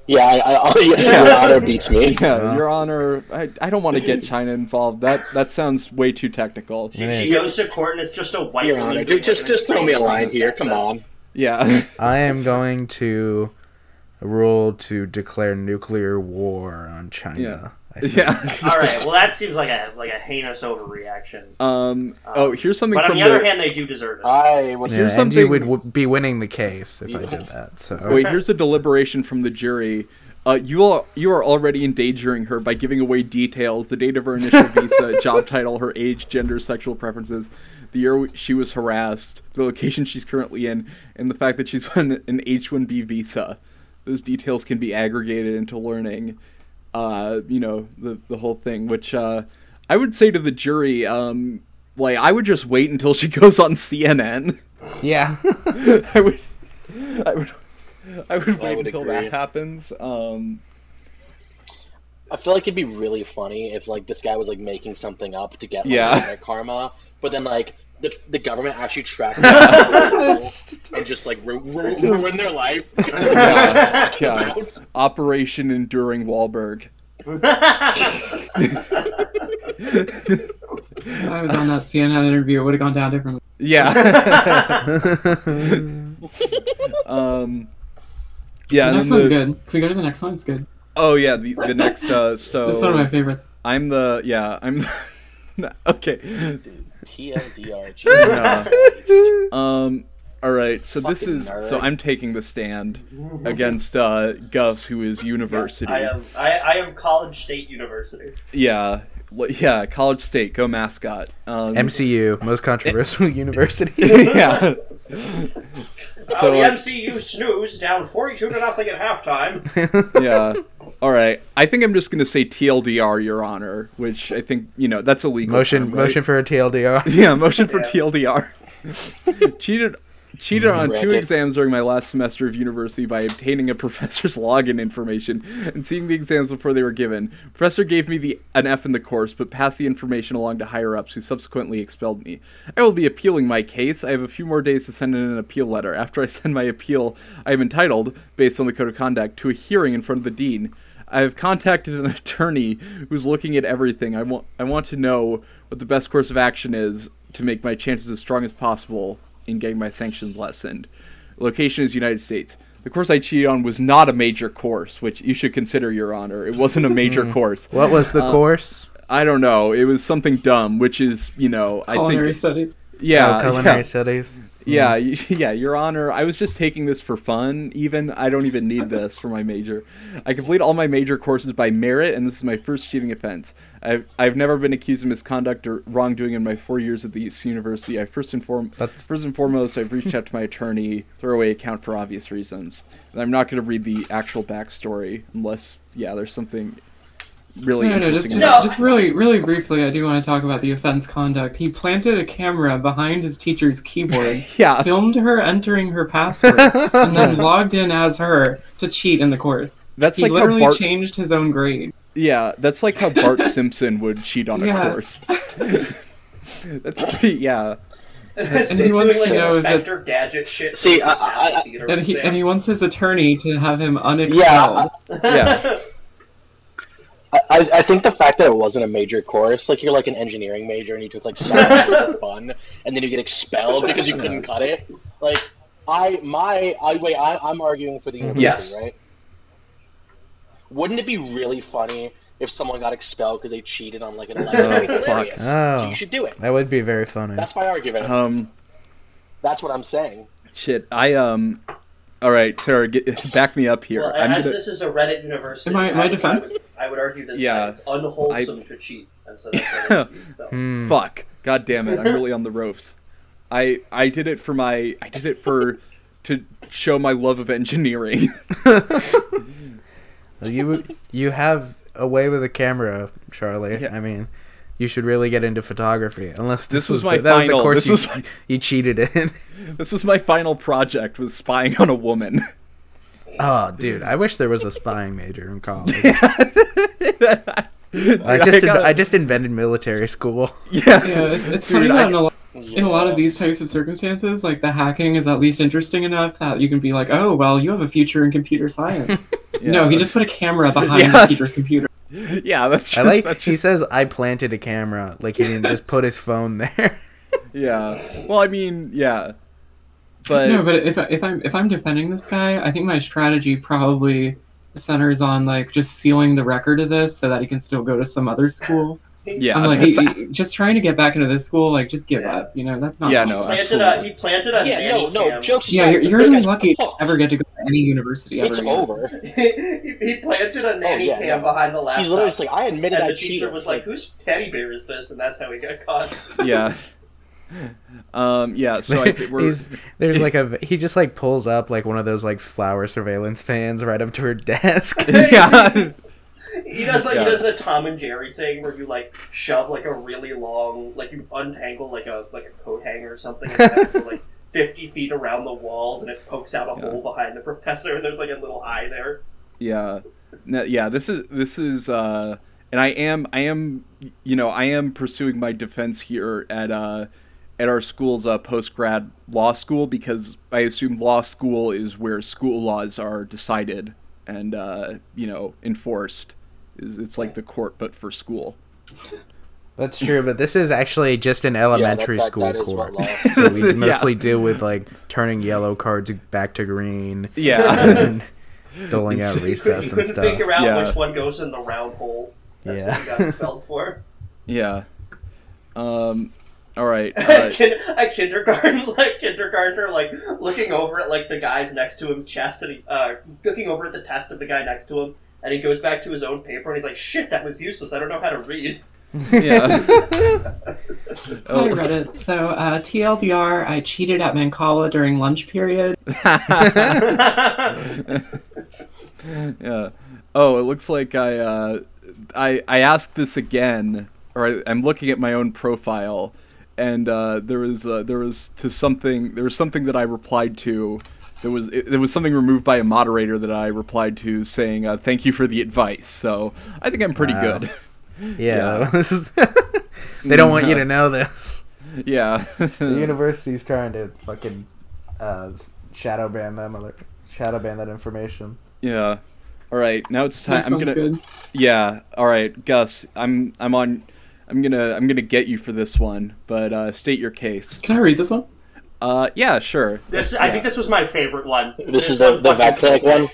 [SPEAKER 3] Yeah, I, I, I, your honor beats me.
[SPEAKER 4] Yeah, Your Honor, I, I don't want to get China involved. That that sounds way too technical.
[SPEAKER 2] She goes to court and it's just a white
[SPEAKER 3] Your
[SPEAKER 2] woman.
[SPEAKER 3] honor,
[SPEAKER 2] doing
[SPEAKER 3] dude, just
[SPEAKER 2] an
[SPEAKER 3] just throw me a
[SPEAKER 2] insane
[SPEAKER 3] line
[SPEAKER 2] racist
[SPEAKER 3] here. Come
[SPEAKER 2] accent.
[SPEAKER 3] on.
[SPEAKER 4] Yeah.
[SPEAKER 1] I am going to rule to declare nuclear war on China.
[SPEAKER 4] Yeah.
[SPEAKER 1] I think.
[SPEAKER 4] Yeah.
[SPEAKER 2] All right. Well, that seems like a like a heinous overreaction.
[SPEAKER 1] Uh,
[SPEAKER 4] Um. Oh, here's something
[SPEAKER 2] But on
[SPEAKER 4] from
[SPEAKER 2] the other
[SPEAKER 4] the.
[SPEAKER 2] hand, they do deserve it.
[SPEAKER 3] I would.
[SPEAKER 1] Yeah,
[SPEAKER 4] Here's
[SPEAKER 1] and you
[SPEAKER 4] something-
[SPEAKER 1] would w- be winning the case if I did that. So
[SPEAKER 4] Wait, here's a deliberation from the jury. Uh, you are you are already endangering her by giving away details: the date of her initial visa, job title, her age, gender, sexual preferences, the year she was harassed, the location she's currently in, and the fact that she's on an H-1B visa. Those details can be aggregated into learning. Uh, you know the the whole thing, which uh, I would say to the jury, um, like I would just wait until she goes on CNN.
[SPEAKER 1] yeah,
[SPEAKER 4] I would, I would, I would wait
[SPEAKER 3] would
[SPEAKER 4] until
[SPEAKER 3] agree.
[SPEAKER 4] that happens. Um,
[SPEAKER 3] I feel like it'd be really funny if like this guy was like making something up to get like,
[SPEAKER 4] Yeah.
[SPEAKER 3] internet karma, but then like the, the government actually tracked him down and just like ru- ru- ruin their life.
[SPEAKER 4] yeah, Operation Enduring Wahlberg.
[SPEAKER 5] If I was on that CNN interview, it would have gone down differently.
[SPEAKER 4] Yeah. um, yeah. And
[SPEAKER 5] the
[SPEAKER 4] then
[SPEAKER 5] next one's
[SPEAKER 4] the,
[SPEAKER 5] good. Can we go to the next one? It's good.
[SPEAKER 4] Oh yeah, the, the next uh so
[SPEAKER 5] That's one of my favorites.
[SPEAKER 4] I'm the yeah, I'm the, okay.
[SPEAKER 3] TLDR.
[SPEAKER 4] Yeah.
[SPEAKER 3] Jesus Christ.
[SPEAKER 4] Um all right, so this
[SPEAKER 3] Fucking
[SPEAKER 4] is so
[SPEAKER 3] nerd.
[SPEAKER 4] I'm taking the stand against uh Gus who is university.
[SPEAKER 2] I am. I, I am College State University.
[SPEAKER 4] yeah. li- Yeah, College State, go mascot. Um,
[SPEAKER 1] MCU, most controversial university.
[SPEAKER 4] yeah.
[SPEAKER 2] oh, the
[SPEAKER 4] uh,
[SPEAKER 2] MCU snooze down forty-two to nothing at halftime.
[SPEAKER 4] uh, yeah. All right. I think I'm just going to say TLDR, Your Honor, which I think, you know, that's a legal.
[SPEAKER 1] motion,
[SPEAKER 4] term, right?
[SPEAKER 1] motion for a TLDR.
[SPEAKER 4] Yeah, motion for
[SPEAKER 2] Yeah.
[SPEAKER 4] TLDR. cheated cheated on two
[SPEAKER 3] Racket.
[SPEAKER 4] exams during my last semester of university by obtaining a professor's login information and seeing the exams before they were given. Professor gave me the an F in the course, but passed the information along to higher ups who subsequently expelled me. I will be appealing my case. I have a few more days to send in an appeal letter. After I send my appeal, I am entitled, based on the code of conduct, to a hearing in front of the dean. I have contacted an attorney who's looking at everything. I want I want to know what the best course of action is to make my chances as strong as possible in getting my sanctions lessened. Location is United States. The course I cheated on was not a major course, which you should consider, Your Honor. It wasn't a major
[SPEAKER 1] Hmm.
[SPEAKER 4] course.
[SPEAKER 1] What was
[SPEAKER 4] Uh,
[SPEAKER 1] the course?
[SPEAKER 4] I don't know. It was something dumb, which is, you know, I
[SPEAKER 5] Culinary
[SPEAKER 4] think,
[SPEAKER 5] studies.
[SPEAKER 4] yeah,
[SPEAKER 1] oh, culinary
[SPEAKER 4] yeah.
[SPEAKER 1] studies.
[SPEAKER 4] Yeah, y- yeah, Your Honor, I was just taking this for fun, even. I don't even need this for my major. I complete all my major courses by merit, and this is my first cheating offense. I've, I've never been accused of misconduct or wrongdoing in my four years at the East University. I first and, form-
[SPEAKER 1] That's-
[SPEAKER 4] first and foremost, I've reached out to my attorney, throwaway account for obvious reasons. And I'm not going to read the actual backstory unless, yeah, there's something really
[SPEAKER 5] No, no, just,
[SPEAKER 4] interesting.
[SPEAKER 5] just,
[SPEAKER 4] about-
[SPEAKER 2] No.
[SPEAKER 5] just really, really briefly, I do want to talk about the offense conduct. He planted a camera behind his teacher's keyboard,
[SPEAKER 4] Yeah.
[SPEAKER 5] filmed her entering her password, and then logged in as her to cheat in the course.
[SPEAKER 4] That's
[SPEAKER 5] he
[SPEAKER 4] like how
[SPEAKER 5] literally
[SPEAKER 4] Bart.
[SPEAKER 5] changed his own grade.
[SPEAKER 4] Yeah, that's like how Bart Simpson would cheat on a
[SPEAKER 5] Yeah.
[SPEAKER 4] course. that's pretty, yeah.
[SPEAKER 2] and
[SPEAKER 5] he wants
[SPEAKER 3] to know
[SPEAKER 5] if
[SPEAKER 2] Inspector Gadget shit.
[SPEAKER 3] See,
[SPEAKER 2] from
[SPEAKER 3] I-
[SPEAKER 2] the
[SPEAKER 3] I-
[SPEAKER 2] NASA
[SPEAKER 3] I-
[SPEAKER 2] theater
[SPEAKER 5] And he,
[SPEAKER 2] exam.
[SPEAKER 5] and he wants his attorney to have him unexpelled.
[SPEAKER 3] Yeah,
[SPEAKER 4] Yeah.
[SPEAKER 3] I, I, I think the fact that it wasn't a major course, like you're like an engineering major and you took like science for fun, and then you get expelled because you couldn't cut it. Like I, my, I wait, I, I'm arguing for the university,
[SPEAKER 2] Yes.
[SPEAKER 3] right? Wouldn't it be really funny if someone got expelled because they cheated on like an election? That'd be
[SPEAKER 4] fuck.
[SPEAKER 3] hilarious. So
[SPEAKER 1] Oh.
[SPEAKER 3] you should do it.
[SPEAKER 1] That would be very funny.
[SPEAKER 3] That's my argument.
[SPEAKER 4] Um
[SPEAKER 3] That's what I'm saying.
[SPEAKER 4] shit, I um all right, Sarah, get, back me up here.
[SPEAKER 2] Well,
[SPEAKER 4] I'm
[SPEAKER 2] as
[SPEAKER 4] gonna-
[SPEAKER 2] this is a Reddit university,
[SPEAKER 5] My-
[SPEAKER 2] I
[SPEAKER 5] my
[SPEAKER 2] would-
[SPEAKER 5] defense?
[SPEAKER 2] I would argue that
[SPEAKER 4] Yeah.
[SPEAKER 2] it's unwholesome to cheat, and so that's why they expel.
[SPEAKER 1] Hmm.
[SPEAKER 4] fuck. God damn it. I'm really on the ropes. I I did it for my I did it for to show my love of engineering.
[SPEAKER 1] You you have a way with a camera, Charlie.
[SPEAKER 4] Yeah.
[SPEAKER 1] I mean, you should really get into photography. Unless this,
[SPEAKER 4] This was my
[SPEAKER 1] the- that
[SPEAKER 4] final-
[SPEAKER 1] Was
[SPEAKER 4] this
[SPEAKER 1] the course
[SPEAKER 4] was
[SPEAKER 1] you,
[SPEAKER 4] my-
[SPEAKER 1] you cheated in.
[SPEAKER 4] this was my final project was spying on a woman.
[SPEAKER 1] oh, dude, I wish there was a spying major in college. I
[SPEAKER 4] I
[SPEAKER 1] just in-
[SPEAKER 4] gotta-
[SPEAKER 1] I just invented military school.
[SPEAKER 4] Yeah.
[SPEAKER 5] Yeah, it's, it's
[SPEAKER 4] Dude,
[SPEAKER 5] funny
[SPEAKER 4] I-
[SPEAKER 5] that in a, lot, in a lot
[SPEAKER 3] Yeah.
[SPEAKER 5] of these types of circumstances, like the hacking is at least interesting enough that you can be like, oh, well, you have a future in computer science. No, he just put a camera behind
[SPEAKER 4] Yeah.
[SPEAKER 5] the teacher's computer.
[SPEAKER 4] Yeah, that's just,
[SPEAKER 1] I like.
[SPEAKER 4] that's
[SPEAKER 1] he
[SPEAKER 4] just
[SPEAKER 1] says I planted a camera. Like he didn't just put his phone there.
[SPEAKER 4] yeah. Well, I mean, yeah. But
[SPEAKER 5] No, but if, I- if I'm if I'm defending this guy, I think my strategy probably centers on like just sealing the record of this so that he can still go to some other school.
[SPEAKER 4] yeah.
[SPEAKER 5] I'm like,
[SPEAKER 4] that's-
[SPEAKER 5] "Hey, you- just trying to get back into this school, like just give
[SPEAKER 2] Yeah.
[SPEAKER 5] up. You know, that's not.
[SPEAKER 4] Yeah,
[SPEAKER 5] fun.
[SPEAKER 2] He
[SPEAKER 4] no,
[SPEAKER 2] planted a,
[SPEAKER 4] absolutely.
[SPEAKER 2] he planted a
[SPEAKER 3] Yeah, no,
[SPEAKER 2] nanny
[SPEAKER 3] no.
[SPEAKER 2] cam.
[SPEAKER 3] Jokes
[SPEAKER 5] Yeah,
[SPEAKER 3] aside,
[SPEAKER 5] you're,
[SPEAKER 3] this
[SPEAKER 5] you're gonna
[SPEAKER 3] guy's
[SPEAKER 5] be lucky to
[SPEAKER 3] fucked.
[SPEAKER 5] ever get to go to any university ever.
[SPEAKER 3] It's
[SPEAKER 5] again.
[SPEAKER 3] over.
[SPEAKER 2] he, he planted a nanny
[SPEAKER 3] Oh, yeah,
[SPEAKER 2] cam
[SPEAKER 3] no.
[SPEAKER 2] behind the laptop.
[SPEAKER 3] He's literally just like, I admitted
[SPEAKER 2] and
[SPEAKER 3] I
[SPEAKER 2] the teacher
[SPEAKER 3] cheated.
[SPEAKER 2] was like, "Whose teddy bear is this?" And that's how he got caught.
[SPEAKER 4] yeah. Um, yeah, so I, we're,
[SPEAKER 1] He's- there's like a he just like pulls up like one of those like flower surveillance fans right up to her desk.
[SPEAKER 4] yeah,
[SPEAKER 2] He does like
[SPEAKER 4] Yeah.
[SPEAKER 2] he does the Tom and Jerry thing where you like shove like a really long like you untangle like a like a coat hanger or something and have it go, like fifty feet around the walls and it pokes out a
[SPEAKER 4] Yeah.
[SPEAKER 2] hole behind the professor and there's like a little eye there.
[SPEAKER 4] yeah, no, yeah. This is this is, uh, and I am I am you know I am pursuing my defense here at uh at our school's uh, post grad law school because I assume law school is where school laws are decided and uh, you know enforced. Is it's like the court but for school.
[SPEAKER 1] That's true, but this is actually just an elementary
[SPEAKER 3] that-
[SPEAKER 1] school
[SPEAKER 3] that is
[SPEAKER 1] court.
[SPEAKER 3] what law-
[SPEAKER 1] so
[SPEAKER 4] Yeah.
[SPEAKER 1] we mostly deal with like turning yellow cards back to green.
[SPEAKER 4] Yeah.
[SPEAKER 1] and doling out
[SPEAKER 2] couldn't,
[SPEAKER 1] recess
[SPEAKER 2] you
[SPEAKER 1] and
[SPEAKER 2] couldn't
[SPEAKER 1] stuff.
[SPEAKER 2] figure out
[SPEAKER 4] Yeah.
[SPEAKER 2] which one goes in the round hole. That's
[SPEAKER 1] Yeah.
[SPEAKER 2] what it got spelled for.
[SPEAKER 4] Yeah. Um. All right. uh,
[SPEAKER 2] Kin- a kindergarten, like kindergartner, like looking over at like the guys next to him, chest, and he, uh, looking over at the test of the guy next to him, and he goes back to his own paper and he's like, "Shit, that was useless. I don't know how to read."
[SPEAKER 4] yeah. Oh,
[SPEAKER 5] I read it. So uh, TLDR, I cheated at Mancala during lunch period.
[SPEAKER 4] yeah. Oh, it looks like I uh, I I asked this again, or I, I'm looking at my own profile, and uh, there was uh, there was to something there was something that I replied to. There was it, there was something removed by a moderator that I replied to saying uh, thank you for the advice. So I think I'm pretty
[SPEAKER 1] Wow.
[SPEAKER 4] good.
[SPEAKER 1] Yeah, this is- they don't want you to know this.
[SPEAKER 4] yeah.
[SPEAKER 1] The university's trying to fucking uh, s- shadow ban that mother, shadow ban that information.
[SPEAKER 4] yeah. All right. Now it's time.
[SPEAKER 5] That
[SPEAKER 4] I'm
[SPEAKER 5] sounds
[SPEAKER 4] gonna.
[SPEAKER 5] good.
[SPEAKER 4] Yeah. All right, Gus. I'm I'm on. I'm gonna I'm gonna get you for this one, but uh, state your case.
[SPEAKER 5] Can I read this one?
[SPEAKER 4] Uh, yeah, sure.
[SPEAKER 2] This, I think, this was my favorite one.
[SPEAKER 3] This is the, the
[SPEAKER 2] fucking-
[SPEAKER 3] Vaclinic one.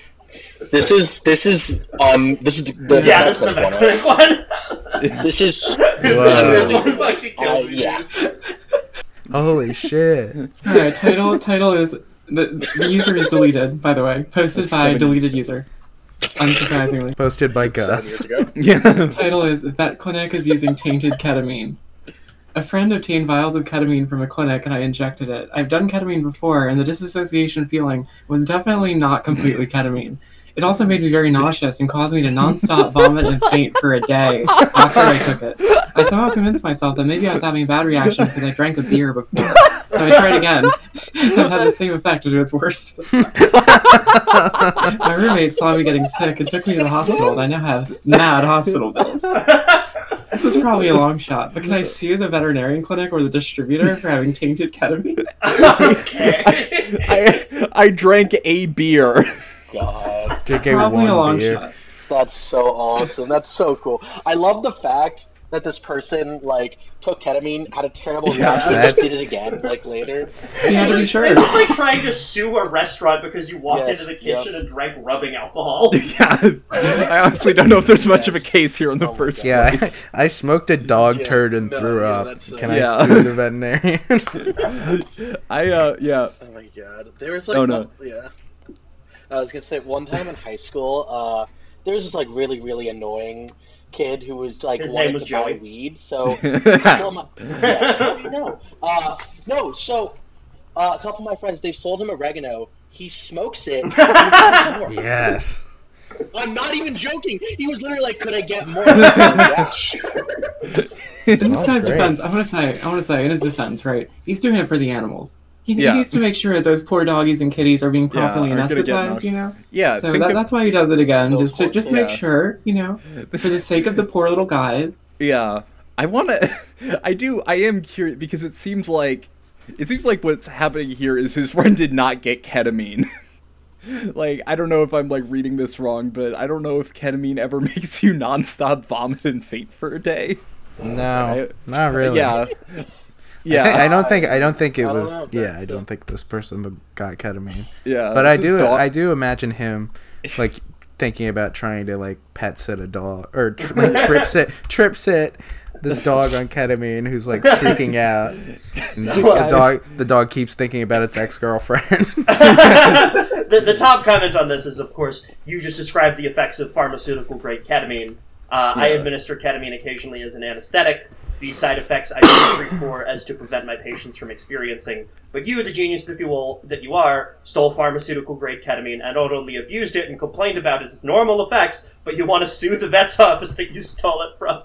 [SPEAKER 3] This is this is um this is the, the
[SPEAKER 2] Yeah, this is the
[SPEAKER 3] Vaclinic one.
[SPEAKER 2] Vaclinic one.
[SPEAKER 3] Right? This is
[SPEAKER 2] this
[SPEAKER 1] Whoa.
[SPEAKER 2] one fucking killed
[SPEAKER 3] Uh,
[SPEAKER 2] me.
[SPEAKER 3] yeah.
[SPEAKER 1] Holy shit!
[SPEAKER 5] All right, title title is the, the user is deleted. By the way, posted
[SPEAKER 4] That's
[SPEAKER 5] by
[SPEAKER 4] seven-
[SPEAKER 5] deleted user. Unsurprisingly,
[SPEAKER 1] Posted by
[SPEAKER 3] seven
[SPEAKER 1] Gus.
[SPEAKER 3] years ago.
[SPEAKER 4] Yeah.
[SPEAKER 5] title is vet clinic is using tainted ketamine. A friend obtained vials of ketamine from a clinic and I injected it. I've done ketamine before, and the disassociation feeling was definitely not completely ketamine. It also made me very nauseous and caused me to nonstop vomit and faint for a day after I took it. I somehow convinced myself that maybe I was having a bad reaction because I drank a beer before. So I tried again. and it had the same effect, but it was worse. this time. My roommate saw me getting sick and took me to the hospital, and I now have mad hospital bills. This is probably a long shot, but can I sue the veterinarian clinic or the distributor for having tainted ketamine?
[SPEAKER 2] okay.
[SPEAKER 4] I, I drank a beer.
[SPEAKER 3] God,
[SPEAKER 1] Drinking
[SPEAKER 5] probably a long
[SPEAKER 1] one beer.
[SPEAKER 5] shot.
[SPEAKER 3] that's so awesome. That's so cool. I love the fact that this person like took ketamine, had a terrible
[SPEAKER 4] Yeah,
[SPEAKER 3] reaction, and just
[SPEAKER 1] that's-
[SPEAKER 3] did it again like later.
[SPEAKER 5] You had to be sure.
[SPEAKER 2] This is like trying to sue a restaurant because you walked
[SPEAKER 3] Yes,
[SPEAKER 2] into the kitchen
[SPEAKER 3] yep.
[SPEAKER 2] and drank rubbing alcohol.
[SPEAKER 4] yeah. I honestly don't know if there's much of a case here in the
[SPEAKER 3] Oh my
[SPEAKER 4] first
[SPEAKER 3] God.
[SPEAKER 1] Yeah,
[SPEAKER 4] place.
[SPEAKER 1] I, I smoked a dog
[SPEAKER 3] Yeah,
[SPEAKER 1] turd and
[SPEAKER 3] no,
[SPEAKER 1] threw
[SPEAKER 3] yeah,
[SPEAKER 1] up.
[SPEAKER 3] that's, uh,
[SPEAKER 1] Can
[SPEAKER 4] Yeah.
[SPEAKER 1] I sue the veterinarian?
[SPEAKER 4] I uh yeah.
[SPEAKER 3] Oh my god. There was like
[SPEAKER 4] Oh, no.
[SPEAKER 3] one- yeah. I was gonna say one time in high school, uh, there was this like really really annoying kid who was like
[SPEAKER 2] His name
[SPEAKER 3] wanted
[SPEAKER 2] was
[SPEAKER 3] to buy
[SPEAKER 2] Joey.
[SPEAKER 3] weed. So a couple of my, yeah, how do you know? Uh, no. So uh, a couple of my friends they sold him oregano. He smokes it. and he wants more.
[SPEAKER 1] yes.
[SPEAKER 3] I'm not even joking. He was literally like, "Could I get more?" Yeah.
[SPEAKER 5] In this
[SPEAKER 1] Oh,
[SPEAKER 5] guy's
[SPEAKER 1] great.
[SPEAKER 5] defense, I want to say, I want to say, in his defense, right? He's doing it for the animals. He, he
[SPEAKER 4] Yeah.
[SPEAKER 5] needs to make sure that those poor doggies and kitties are being
[SPEAKER 4] Yeah,
[SPEAKER 5] properly
[SPEAKER 4] are gonna get
[SPEAKER 5] anesthetized, you know.
[SPEAKER 4] Yeah,
[SPEAKER 5] So
[SPEAKER 4] think
[SPEAKER 5] that,
[SPEAKER 4] of-
[SPEAKER 5] that's why he does it again,
[SPEAKER 3] Those
[SPEAKER 5] just to
[SPEAKER 3] poor
[SPEAKER 5] just to
[SPEAKER 4] Yeah.
[SPEAKER 5] make sure, you know,
[SPEAKER 4] This-
[SPEAKER 5] for the sake of the poor little guys.
[SPEAKER 4] Yeah, I want to. I do. I am curious because it seems like it seems like what's happening here is his friend did not get ketamine. like I don't know if I'm like reading this wrong, but I don't know if ketamine ever makes you nonstop vomit and faint for a day.
[SPEAKER 1] No,
[SPEAKER 4] Right.
[SPEAKER 1] not really.
[SPEAKER 4] Yeah. Yeah.
[SPEAKER 1] I don't think I don't think it
[SPEAKER 3] I don't
[SPEAKER 1] was.
[SPEAKER 3] know if
[SPEAKER 1] yeah,
[SPEAKER 3] that's
[SPEAKER 1] I
[SPEAKER 3] the-
[SPEAKER 1] don't think this person got ketamine.
[SPEAKER 4] yeah.
[SPEAKER 1] but I
[SPEAKER 4] this is
[SPEAKER 1] do
[SPEAKER 4] dog-
[SPEAKER 1] I do imagine him like thinking about trying to like pet sit a dog or tri- like, trip sit trip sit this dog on ketamine who's like freaking out. And the dog the dog keeps thinking about its ex girlfriend.
[SPEAKER 2] the, the top comment on this is, of course, you just described the effects of pharmaceutical grade ketamine. Uh, I
[SPEAKER 4] Yeah.
[SPEAKER 2] administer ketamine occasionally as an anesthetic. The side effects I do treat for as to prevent my patients from experiencing. But you, the genius that you will, that you are, stole pharmaceutical grade ketamine and not only abused it and complained about its normal effects, but you want to sue the vet's office that you stole it from.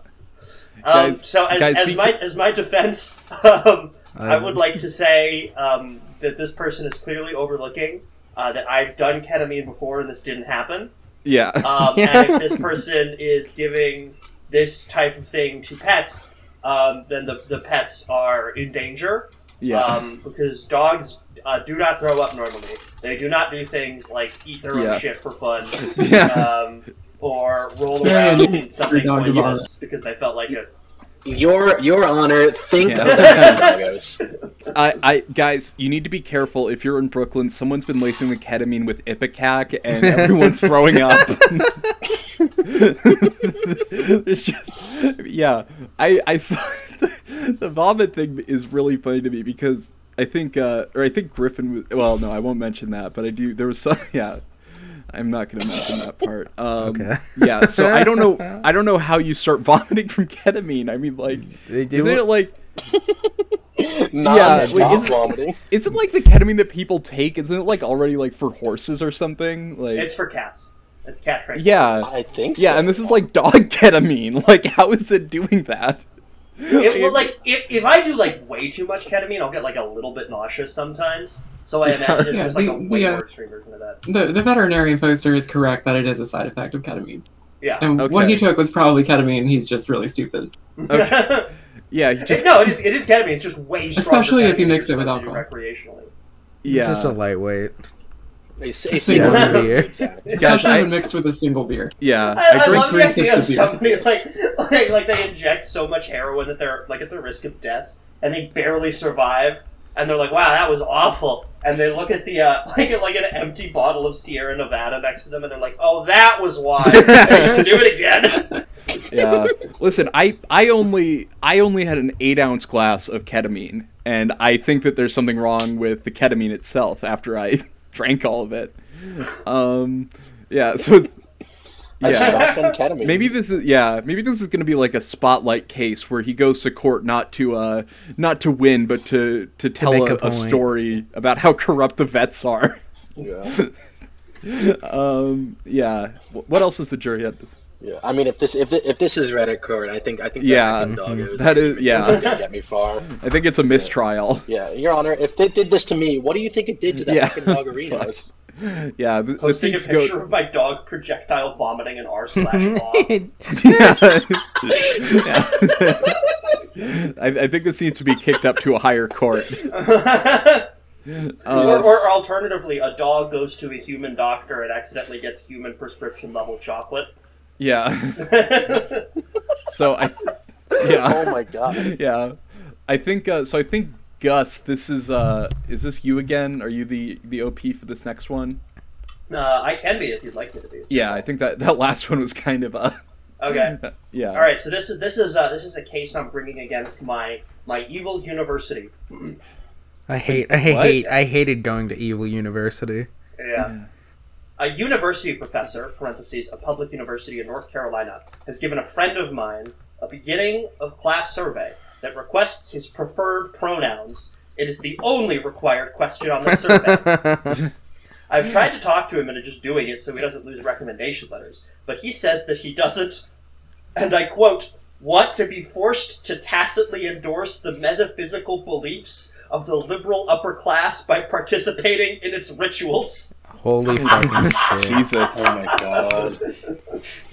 [SPEAKER 2] Um,
[SPEAKER 4] Guys-
[SPEAKER 2] so as,
[SPEAKER 4] guys,
[SPEAKER 2] as
[SPEAKER 4] be-
[SPEAKER 2] my as my defense, um, I would like to say um, that this person is clearly overlooking uh, that I've done ketamine before and this didn't happen.
[SPEAKER 4] Yeah.
[SPEAKER 2] Um, And if this person is giving this type of thing to pets, um, then the, the pets are in danger.
[SPEAKER 4] yeah.
[SPEAKER 2] Um, because dogs uh, do not throw up normally. They do not do things like eat their
[SPEAKER 4] Yeah.
[SPEAKER 2] own shit for fun
[SPEAKER 4] yeah.
[SPEAKER 2] um, or roll
[SPEAKER 5] very
[SPEAKER 2] around
[SPEAKER 5] unusual
[SPEAKER 2] in something
[SPEAKER 5] for a dog to
[SPEAKER 2] poisonous because they felt like it.
[SPEAKER 3] Your Your Honor, think
[SPEAKER 4] Yeah.
[SPEAKER 3] of the logos.
[SPEAKER 4] I, I, guys, you need to be careful. If you're in Brooklyn, someone's been lacing the ketamine with ipecac, and everyone's throwing up. it's just, yeah. I, I saw the, vomit thing is really funny to me because I think, uh, or I think Griffin was. Well, no, I won't mention that, but I do. There was some, yeah. I'm not going to mention that part. Um,
[SPEAKER 1] Okay.
[SPEAKER 4] yeah. So I don't know. I don't know how you start vomiting from ketamine. I mean, like,
[SPEAKER 1] They do-
[SPEAKER 4] isn't it like?
[SPEAKER 3] Not
[SPEAKER 4] Yeah,
[SPEAKER 3] yeah,
[SPEAKER 4] well, it's-
[SPEAKER 3] vomiting.
[SPEAKER 4] Isn't like the ketamine that people take? Isn't it like already like for horses or something? Like
[SPEAKER 2] It's for cats. It's cat training.
[SPEAKER 4] yeah,
[SPEAKER 3] I think.
[SPEAKER 4] yeah,
[SPEAKER 3] so.
[SPEAKER 4] and this is like dog ketamine. Like how is it doing that?
[SPEAKER 2] It will like if, if I do like way too much ketamine, I'll get like a little bit nauseous sometimes. So I imagine it's
[SPEAKER 5] Yeah,
[SPEAKER 2] just like a
[SPEAKER 5] we-
[SPEAKER 2] way
[SPEAKER 5] we, uh,
[SPEAKER 2] more extreme version of that.
[SPEAKER 5] The, the veterinarian poster is correct that it is a side effect of ketamine.
[SPEAKER 2] Yeah.
[SPEAKER 5] And what he
[SPEAKER 4] Okay.
[SPEAKER 5] took was probably ketamine. He's just really stupid.
[SPEAKER 4] Yeah, you
[SPEAKER 2] Just,
[SPEAKER 4] just
[SPEAKER 2] no, it is it is ketamine. It's just way stronger.
[SPEAKER 5] Especially if you
[SPEAKER 2] ketamine
[SPEAKER 5] mix
[SPEAKER 2] you're
[SPEAKER 5] it with
[SPEAKER 2] supposed to do
[SPEAKER 5] alcohol.
[SPEAKER 2] recreationally.
[SPEAKER 4] yeah.
[SPEAKER 1] Just a lightweight.
[SPEAKER 3] A, a
[SPEAKER 5] single
[SPEAKER 3] single
[SPEAKER 1] beer.
[SPEAKER 3] beer, exactly.
[SPEAKER 4] Gosh,
[SPEAKER 5] Especially
[SPEAKER 4] I-
[SPEAKER 5] when mixed with a single beer.
[SPEAKER 4] yeah.
[SPEAKER 2] I, I
[SPEAKER 4] drink
[SPEAKER 2] love
[SPEAKER 5] three
[SPEAKER 2] the idea
[SPEAKER 5] sips
[SPEAKER 2] of
[SPEAKER 5] of beer.
[SPEAKER 2] somebody like, like like they inject so much heroin that they're like at the risk of death and they barely survive and they're like, wow, that was awful. And they look at the uh, like like an empty bottle of Sierra Nevada next to them and they're like, oh, that was why. They should do it again.
[SPEAKER 4] yeah. Listen, I I only I only had an eight ounce glass of ketamine, and I think that there's something wrong with the ketamine itself after I drank all of it. Um, yeah. So yeah.
[SPEAKER 3] Shotgun ketamine.
[SPEAKER 4] Maybe this is yeah. Maybe this is gonna be like a spotlight case where he goes to court not to uh not to win, but to to tell
[SPEAKER 1] make a
[SPEAKER 4] a, a
[SPEAKER 1] point.
[SPEAKER 4] story about how corrupt the vets are.
[SPEAKER 3] Yeah.
[SPEAKER 4] um, yeah. Wh- What else is the jury had?
[SPEAKER 3] yeah. I mean, if this if, thi- if this is Reddit code, I think I think
[SPEAKER 4] Yeah,
[SPEAKER 3] that, dogos,
[SPEAKER 4] that is- yeah.
[SPEAKER 3] it's gonna get me far.
[SPEAKER 4] I think it's a mistrial.
[SPEAKER 3] Yeah, Your Honor, if they did this to me, what do you think it did to the
[SPEAKER 4] Yeah.
[SPEAKER 3] fucking Doggerinos?
[SPEAKER 4] Yeah. The, the
[SPEAKER 2] Posting a
[SPEAKER 4] things go.
[SPEAKER 2] picture of my dog projectile vomiting in R slash law.
[SPEAKER 4] yeah. Yeah. I, I think this needs to be kicked up to a higher court. Um,
[SPEAKER 2] or, or alternatively, a dog goes to a human doctor and accidentally gets human prescription level chocolate.
[SPEAKER 4] Yeah. so I. Yeah.
[SPEAKER 3] Oh my god.
[SPEAKER 4] yeah i think uh, so i think gus this is uh is this you again are you the the op for this next one
[SPEAKER 2] Uh, I can be if you'd like me to be. It's
[SPEAKER 4] yeah i think that that last one was kind of uh
[SPEAKER 2] Okay.
[SPEAKER 4] yeah
[SPEAKER 2] All right. So this is this is uh, this is a case I'm bringing against my my evil university.
[SPEAKER 1] I hate. I hate,
[SPEAKER 4] What?
[SPEAKER 1] I hated going to evil university.
[SPEAKER 2] Yeah. A university professor (parentheses a public university in North Carolina) has given a friend of mine a beginning of class survey that requests his preferred pronouns. It is the only required question on the survey. I've tried to talk to him into just doing it so he doesn't lose recommendation letters, but he says that he doesn't, and I quote, want to be forced to tacitly endorse the metaphysical beliefs of the liberal upper class by participating in its rituals.
[SPEAKER 1] Holy fucking shit!
[SPEAKER 4] jesus
[SPEAKER 3] Oh my god.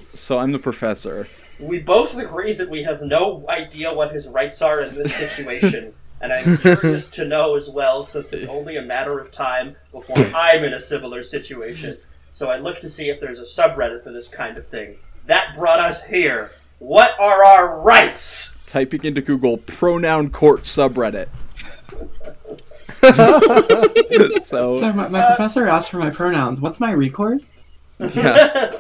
[SPEAKER 4] so i'm the professor
[SPEAKER 2] We both agree that we have no idea what his rights are in this situation, and I'm curious to know as well since it's only a matter of time before I'm in a similar situation. So I look to see if there's a subreddit for this kind of thing. That brought us here. What are our rights?
[SPEAKER 4] typing into google pronoun court subreddit
[SPEAKER 5] So
[SPEAKER 4] so
[SPEAKER 5] my, my professor asked for my pronouns. What's my recourse?
[SPEAKER 4] yeah,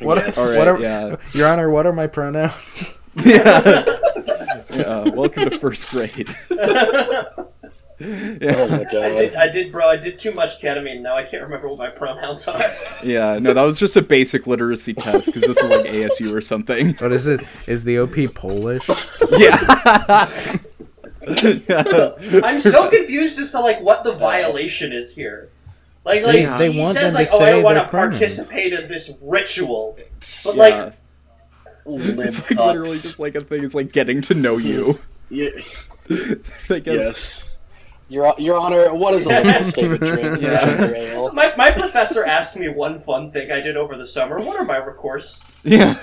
[SPEAKER 1] What,
[SPEAKER 3] Yes.
[SPEAKER 1] what
[SPEAKER 4] Alright,
[SPEAKER 1] are-
[SPEAKER 4] yeah.
[SPEAKER 1] Your Honor, what are my pronouns?
[SPEAKER 4] yeah. yeah welcome to first grade
[SPEAKER 3] Oh my
[SPEAKER 2] I did,
[SPEAKER 3] god.
[SPEAKER 2] I did, bro. I did too much ketamine. Now I can't remember what my pronouns are.
[SPEAKER 4] yeah no that was just a basic literacy test because this is like asu or something
[SPEAKER 1] What is it? Is the OP Polish?
[SPEAKER 4] yeah.
[SPEAKER 2] I'm so confused as to like what the violation is here. Like, like
[SPEAKER 4] They-
[SPEAKER 1] they
[SPEAKER 2] he
[SPEAKER 1] want
[SPEAKER 2] says,
[SPEAKER 1] them
[SPEAKER 2] like,
[SPEAKER 1] to
[SPEAKER 2] oh, I
[SPEAKER 1] say
[SPEAKER 2] don't want to
[SPEAKER 1] their pronouns."
[SPEAKER 2] participate in this ritual, but
[SPEAKER 4] Yeah.
[SPEAKER 2] like,
[SPEAKER 3] Lip
[SPEAKER 4] It's like literally
[SPEAKER 3] ups.
[SPEAKER 4] just like a thing. It's like getting to know you.
[SPEAKER 3] Ye-
[SPEAKER 4] Like, uh,
[SPEAKER 3] Yes. Your, Your Honor, what is a woman's favorite drink?
[SPEAKER 4] Yeah.
[SPEAKER 3] After ale?
[SPEAKER 2] my my professor asked me one fun thing I did over the summer. What are my recourse?
[SPEAKER 4] yeah.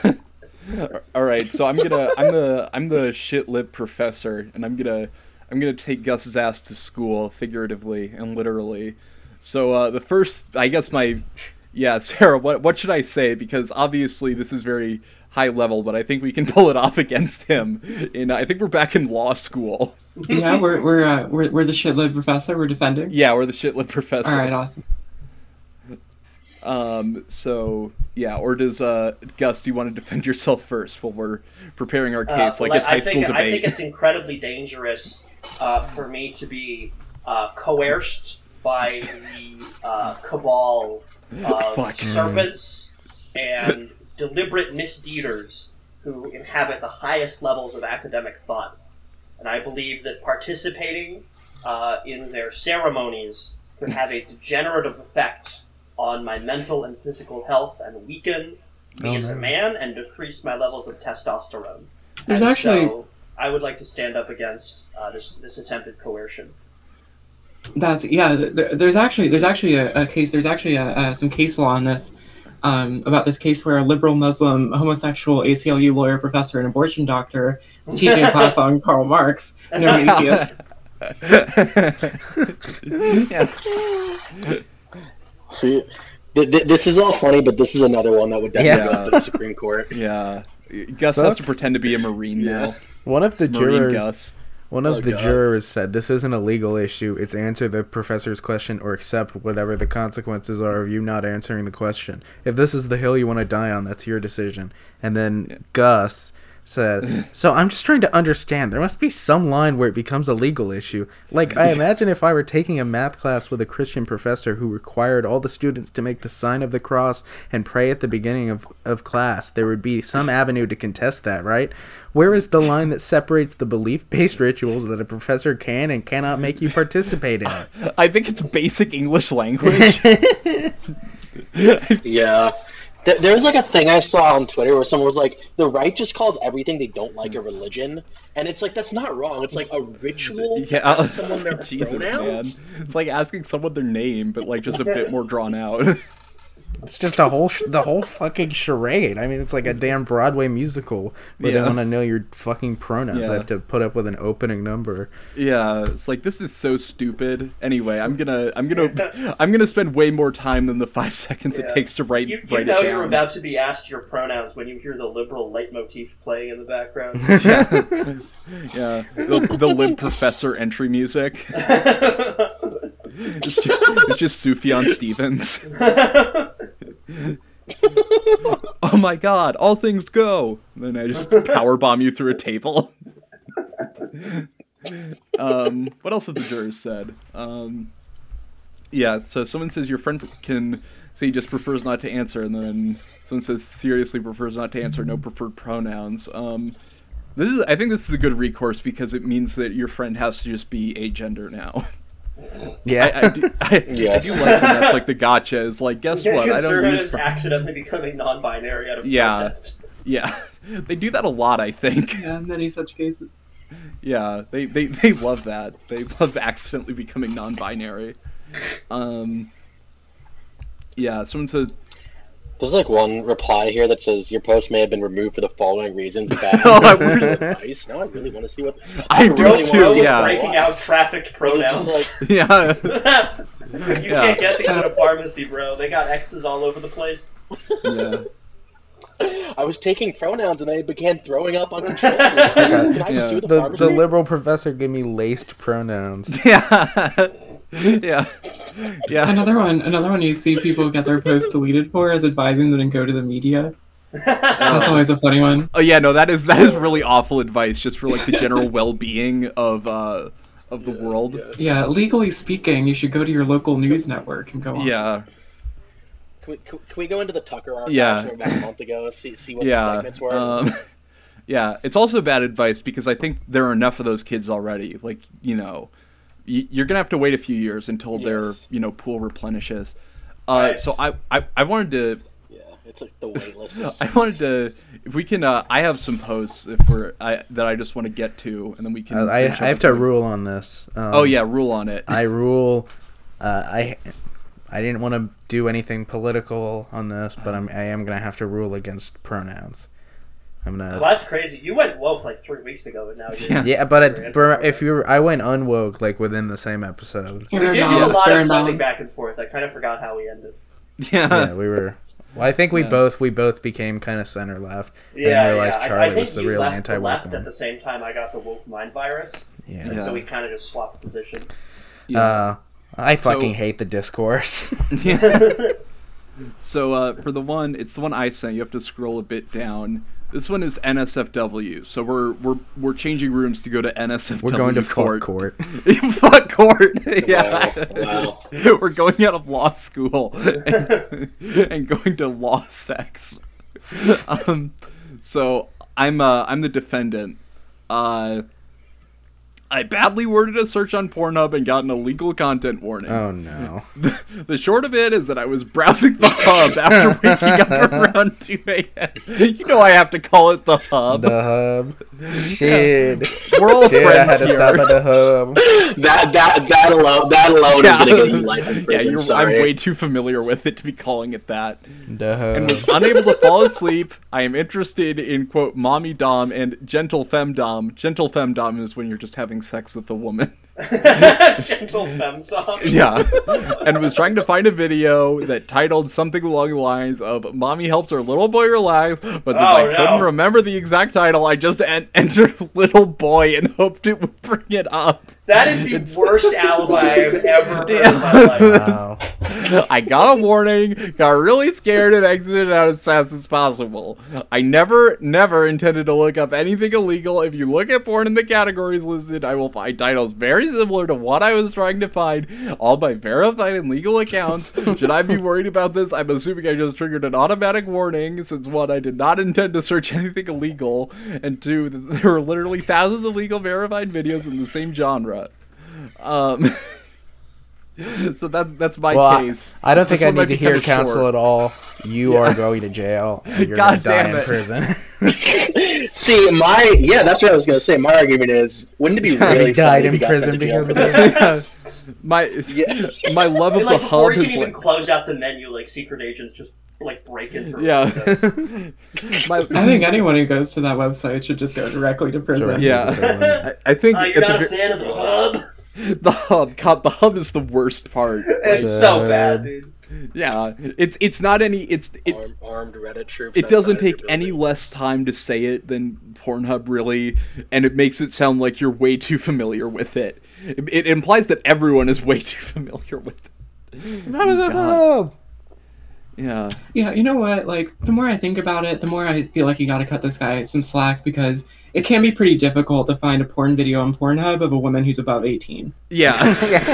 [SPEAKER 4] All right, so I'm gonna I'm the I'm the shit lip professor, and I'm gonna I'm gonna take Gus's ass to school figuratively and literally. So uh, the first, I guess my yeah, Sarah, what what should I say? Because obviously this is very high level, but I think we can pull it off against him. And I think we're back in law school.
[SPEAKER 5] yeah, we're we're uh, we're, we're the shitload professor. We're defending.
[SPEAKER 4] Yeah, we're the shitlit professor.
[SPEAKER 5] All right, awesome.
[SPEAKER 4] Um, so yeah, or does uh, Gus? Do you want to defend yourself first while we're preparing our case, like
[SPEAKER 2] le-
[SPEAKER 4] it's high
[SPEAKER 2] Uh, I
[SPEAKER 4] school
[SPEAKER 2] think, I
[SPEAKER 4] debate?
[SPEAKER 2] think it's incredibly dangerous uh, for me to be uh, coerced by the uh, cabal
[SPEAKER 4] Fuck.
[SPEAKER 2] of serpents and deliberate misdeeders who inhabit the highest levels of academic thought. And I believe that participating uh, in their ceremonies could have a degenerative effect on my mental and physical health and weaken me
[SPEAKER 1] Oh,
[SPEAKER 2] as a
[SPEAKER 1] no.
[SPEAKER 2] man and decrease my levels of testosterone.
[SPEAKER 5] There's
[SPEAKER 2] And
[SPEAKER 5] actually-
[SPEAKER 2] so I would like to stand up against uh, this this attempted coercion.
[SPEAKER 5] That's yeah. th- There, there's actually there's actually a, a case. There's actually a, uh some case law on this um, about this case where a liberal Muslim homosexual ACLU lawyer, professor, and abortion doctor was teaching a class on Karl Marx. No an atheist.
[SPEAKER 4] yeah.
[SPEAKER 3] See, th- th- this is all funny, but this is another one that would definitely
[SPEAKER 4] Yeah.
[SPEAKER 3] go up to the Supreme Court.
[SPEAKER 4] yeah. Gus
[SPEAKER 1] So-
[SPEAKER 4] has to pretend to be a marine now.
[SPEAKER 1] One of the
[SPEAKER 4] Marine
[SPEAKER 1] jurors,
[SPEAKER 4] Gus.
[SPEAKER 1] one of
[SPEAKER 3] Oh,
[SPEAKER 1] the
[SPEAKER 3] God.
[SPEAKER 1] jurors said, "This isn't a legal issue. It's answer the professor's question or accept whatever the consequences are of you not answering the question. If this is the hill you want to die on, that's your decision." And then Gus said, "So I'm just trying to understand. There must be some line where it becomes a legal issue. Like I imagine if I were taking a math class with a Christian professor who required all the students to make the sign of the cross and pray at the beginning of, of class, there would be some avenue to contest that, right? Where is the line that separates the belief based rituals that a professor can and cannot make you participate in?
[SPEAKER 4] I think it's basic English language.
[SPEAKER 3] Yeah. Th- there was like a thing I saw on Twitter where someone was like, the right just calls everything they don't like a religion. And it's like, that's not wrong. It's like a ritual. to
[SPEAKER 4] yeah,
[SPEAKER 3] ask someone their
[SPEAKER 4] Jesus, man.
[SPEAKER 3] pronouns?
[SPEAKER 4] It's like asking someone their name, but like just a bit more drawn out.
[SPEAKER 1] It's just a whole sh- the whole fucking charade. I mean, it's like a damn Broadway musical where they
[SPEAKER 4] Yeah.
[SPEAKER 1] want to know your fucking pronouns.
[SPEAKER 4] Yeah.
[SPEAKER 1] I have to put up with an opening number.
[SPEAKER 4] yeah, it's like this is so stupid. Anyway, I'm gonna, I'm gonna, I'm gonna spend way more time than the five seconds it
[SPEAKER 2] Yeah.
[SPEAKER 4] takes to write,
[SPEAKER 2] You, you
[SPEAKER 4] write
[SPEAKER 2] know
[SPEAKER 4] it down.
[SPEAKER 2] you're about to be asked your pronouns when you hear the liberal leitmotif playing in the background.
[SPEAKER 4] Yeah, the, the lib professor entry music. It's just, it's just Sufjan Stevens. oh my god, all things go. And then I just power bomb you through a table. um, what else have the jurors said? Um, yeah, so someone says your friend can say just prefers not to answer, and then someone says seriously prefers not to answer, no preferred pronouns. Um, this is, I think this is a good recourse because it means that your friend has to just be a gender now.
[SPEAKER 1] Yeah,
[SPEAKER 4] I do, I, I
[SPEAKER 3] Yes.
[SPEAKER 4] do like when that's like the gotcha. Is like, guess what? I don't use.
[SPEAKER 2] Conservatives
[SPEAKER 4] Pro-
[SPEAKER 2] accidentally becoming non-binary out of
[SPEAKER 4] Yeah.
[SPEAKER 2] protest.
[SPEAKER 4] yeah, they do that a lot. I think.
[SPEAKER 5] Yeah, many such cases.
[SPEAKER 4] Yeah, they, they they love that. They love accidentally becoming non-binary. Um. Yeah, someone said.
[SPEAKER 3] There's like one reply here that says, your post may have been removed for the following reasons. Bad
[SPEAKER 4] Oh, I
[SPEAKER 3] good
[SPEAKER 4] wish-
[SPEAKER 3] advice. Now I really want to see what.
[SPEAKER 4] I do
[SPEAKER 3] really
[SPEAKER 4] too,
[SPEAKER 3] wanna
[SPEAKER 2] Roe
[SPEAKER 3] see
[SPEAKER 2] was
[SPEAKER 4] yeah.
[SPEAKER 3] what it
[SPEAKER 2] breaking out
[SPEAKER 3] was.
[SPEAKER 2] trafficked
[SPEAKER 3] It was just
[SPEAKER 2] pronouns.
[SPEAKER 3] like-
[SPEAKER 4] Yeah,
[SPEAKER 2] you
[SPEAKER 4] Yeah.
[SPEAKER 2] can't get these at a pharmacy, bro. They got X's all over the place.
[SPEAKER 4] yeah,
[SPEAKER 3] I was taking pronouns and I began throwing up uncontrollably. Can I
[SPEAKER 4] Yeah.
[SPEAKER 3] sue the,
[SPEAKER 1] the
[SPEAKER 3] pharmacy?
[SPEAKER 1] the liberal professor gave me laced pronouns.
[SPEAKER 4] yeah, yeah, yeah.
[SPEAKER 5] Another one, another one you see people get their posts deleted for is advising them to go to the media. That's always a funny one.
[SPEAKER 4] Oh yeah, no, that is that is really awful advice just for like the general well-being of uh of the world.
[SPEAKER 5] Yeah, legally speaking, you should go to your local news network and go on.
[SPEAKER 4] yeah.
[SPEAKER 3] Can we, can we go into the Tucker archives
[SPEAKER 4] Yeah.
[SPEAKER 3] from about a month ago? See see what the
[SPEAKER 4] yeah.
[SPEAKER 3] segments were.
[SPEAKER 4] Um, yeah, it's also bad advice because I think there are enough of those kids already. Like, you know, y- you're going to have to wait a few years until their,
[SPEAKER 3] Yes.
[SPEAKER 4] you know, pool replenishes. Uh,
[SPEAKER 2] Right.
[SPEAKER 4] So I, I, I wanted to
[SPEAKER 3] yeah, it's like the wait list. is-
[SPEAKER 4] I wanted to if we can uh, I have some posts if we're I, that I just want to get to and then we can
[SPEAKER 1] Uh, I, I I
[SPEAKER 4] finish up
[SPEAKER 1] have
[SPEAKER 4] with
[SPEAKER 1] to
[SPEAKER 4] some-
[SPEAKER 1] rule on this. Um,
[SPEAKER 4] Oh yeah, rule on it.
[SPEAKER 1] I rule. Uh, I I didn't want to do anything political on this, but I'm I am gonna have to rule against pronouns. I'm gonna.
[SPEAKER 2] Well, that's crazy. You went woke like three weeks ago, and now you're.
[SPEAKER 4] Yeah.
[SPEAKER 1] Yeah, but it, bur- if you I went unwoke like within the same episode.
[SPEAKER 5] Fair
[SPEAKER 2] We did do a
[SPEAKER 5] amount,
[SPEAKER 2] lot
[SPEAKER 5] fair
[SPEAKER 2] of
[SPEAKER 5] amount.
[SPEAKER 2] flipping back and forth. I kind of forgot how we ended.
[SPEAKER 1] yeah,
[SPEAKER 4] Yeah.
[SPEAKER 1] we were. Well, I think we
[SPEAKER 4] Yeah.
[SPEAKER 1] both we both became kind of center left.
[SPEAKER 2] Yeah,
[SPEAKER 1] and realized
[SPEAKER 2] yeah. I-
[SPEAKER 1] Charlie
[SPEAKER 2] I, think
[SPEAKER 1] was the
[SPEAKER 2] you
[SPEAKER 1] real
[SPEAKER 2] left
[SPEAKER 1] anti
[SPEAKER 2] the left
[SPEAKER 1] woke
[SPEAKER 2] at the same time I got the woke mind virus,
[SPEAKER 1] Yeah.
[SPEAKER 2] and so
[SPEAKER 4] Yeah.
[SPEAKER 2] we kind of just swapped positions.
[SPEAKER 1] Uh, I
[SPEAKER 4] So-
[SPEAKER 1] fucking hate the discourse.
[SPEAKER 4] So uh, for the one, it's the one I sent. You have to scroll a bit down. This one is NSFW. So we're we're we're changing rooms to go to NSFW.
[SPEAKER 1] We're going to
[SPEAKER 4] court.
[SPEAKER 1] fuck court.
[SPEAKER 4] fuck court. yeah.
[SPEAKER 3] Wow.
[SPEAKER 4] We're going out of law school and, and going to law sex. Um, so I'm uh, I'm the defendant. Uh, I badly worded a search on Pornhub and got an illegal content warning.
[SPEAKER 1] Oh no.
[SPEAKER 4] The short of it is that I was browsing the hub after waking up around 2 a.m. You know I have to call it the hub.
[SPEAKER 1] The hub. Shit.
[SPEAKER 4] We're all
[SPEAKER 1] Shit, I
[SPEAKER 4] friends
[SPEAKER 1] had to
[SPEAKER 4] here.
[SPEAKER 1] stop at the hub.
[SPEAKER 3] That that that alone that alone
[SPEAKER 4] yeah,
[SPEAKER 3] is gonna get you life in
[SPEAKER 4] yeah
[SPEAKER 3] prison.
[SPEAKER 4] you're, I'm
[SPEAKER 3] sorry.
[SPEAKER 4] way too familiar with it to be calling it that.
[SPEAKER 1] The hub.
[SPEAKER 4] Was unable to fall asleep. I am interested in quote mommy dom and gentle femdom. Gentle femdom is when you're just having sex with a woman.
[SPEAKER 2] Gentle femdom.
[SPEAKER 4] Yeah. and was trying to find a video that titled something along the lines of Mommy Helps Her Little Boy Relax, but since I
[SPEAKER 2] Oh, no.
[SPEAKER 4] couldn't remember the exact title, I just en- entered Little Boy and hoped it would bring it up.
[SPEAKER 2] That is the worst alibi I've ever heard in my life.
[SPEAKER 1] Wow.
[SPEAKER 4] I got a warning, got really scared, and exited out as fast as possible. I never, never intended to look up anything illegal. If you look at porn in the categories listed, I will find titles very similar to what I was trying to find, all by verified and legal accounts. Should I be worried about this? I'm assuming I just triggered an automatic warning, since one, I did not intend to search anything illegal, and two, that there were literally thousands of legal verified videos in the same genre. Um. So that's that's my
[SPEAKER 1] Well, I,
[SPEAKER 4] case.
[SPEAKER 1] I don't
[SPEAKER 4] This
[SPEAKER 1] think I
[SPEAKER 4] one might
[SPEAKER 1] need to
[SPEAKER 4] be
[SPEAKER 1] hear
[SPEAKER 4] kinda
[SPEAKER 1] counsel
[SPEAKER 4] short.
[SPEAKER 1] at all. You are going to jail. And you're
[SPEAKER 4] God
[SPEAKER 1] gonna die
[SPEAKER 4] damn
[SPEAKER 1] in
[SPEAKER 4] it.
[SPEAKER 1] prison.
[SPEAKER 3] See, my yeah, that's what I was gonna say. My argument is, wouldn't it be really
[SPEAKER 1] he died
[SPEAKER 3] funny if
[SPEAKER 1] in
[SPEAKER 3] got
[SPEAKER 1] prison
[SPEAKER 3] sent to jail
[SPEAKER 1] because of
[SPEAKER 3] for
[SPEAKER 1] this.
[SPEAKER 4] my
[SPEAKER 3] Yeah.
[SPEAKER 4] my love of
[SPEAKER 2] And, like
[SPEAKER 4] the
[SPEAKER 2] before
[SPEAKER 4] hub
[SPEAKER 2] you
[SPEAKER 4] is
[SPEAKER 2] can even
[SPEAKER 4] like
[SPEAKER 2] close out the menu, like secret agents just like break in through.
[SPEAKER 4] Yeah.
[SPEAKER 2] windows.
[SPEAKER 4] my
[SPEAKER 5] I think anyone who goes to that website should just go directly to prison.
[SPEAKER 1] Directly.
[SPEAKER 4] yeah. I, I think
[SPEAKER 2] Uh,
[SPEAKER 4] at
[SPEAKER 2] you're not a
[SPEAKER 4] the,
[SPEAKER 2] fan of the hub.
[SPEAKER 4] ver- the hub God, the hub is the worst part.
[SPEAKER 2] It's so bad, dude.
[SPEAKER 4] Yeah, it's it's not any it's it
[SPEAKER 2] Oh,
[SPEAKER 3] Armed, armed Reddit troops.
[SPEAKER 4] it doesn't
[SPEAKER 3] outside your
[SPEAKER 4] take any
[SPEAKER 3] building.
[SPEAKER 4] less time to say it than Pornhub really, and it makes it sound like you're way too familiar with it. It, it implies that everyone is way too familiar with it.
[SPEAKER 1] That was a
[SPEAKER 4] God.
[SPEAKER 1] hub.
[SPEAKER 4] Yeah.
[SPEAKER 5] Yeah, you know what? Like, the more I think about it, the more I feel like you gotta cut this guy some slack because it can be pretty difficult to find a porn video on Pornhub of a woman who's above 18.
[SPEAKER 4] Yeah,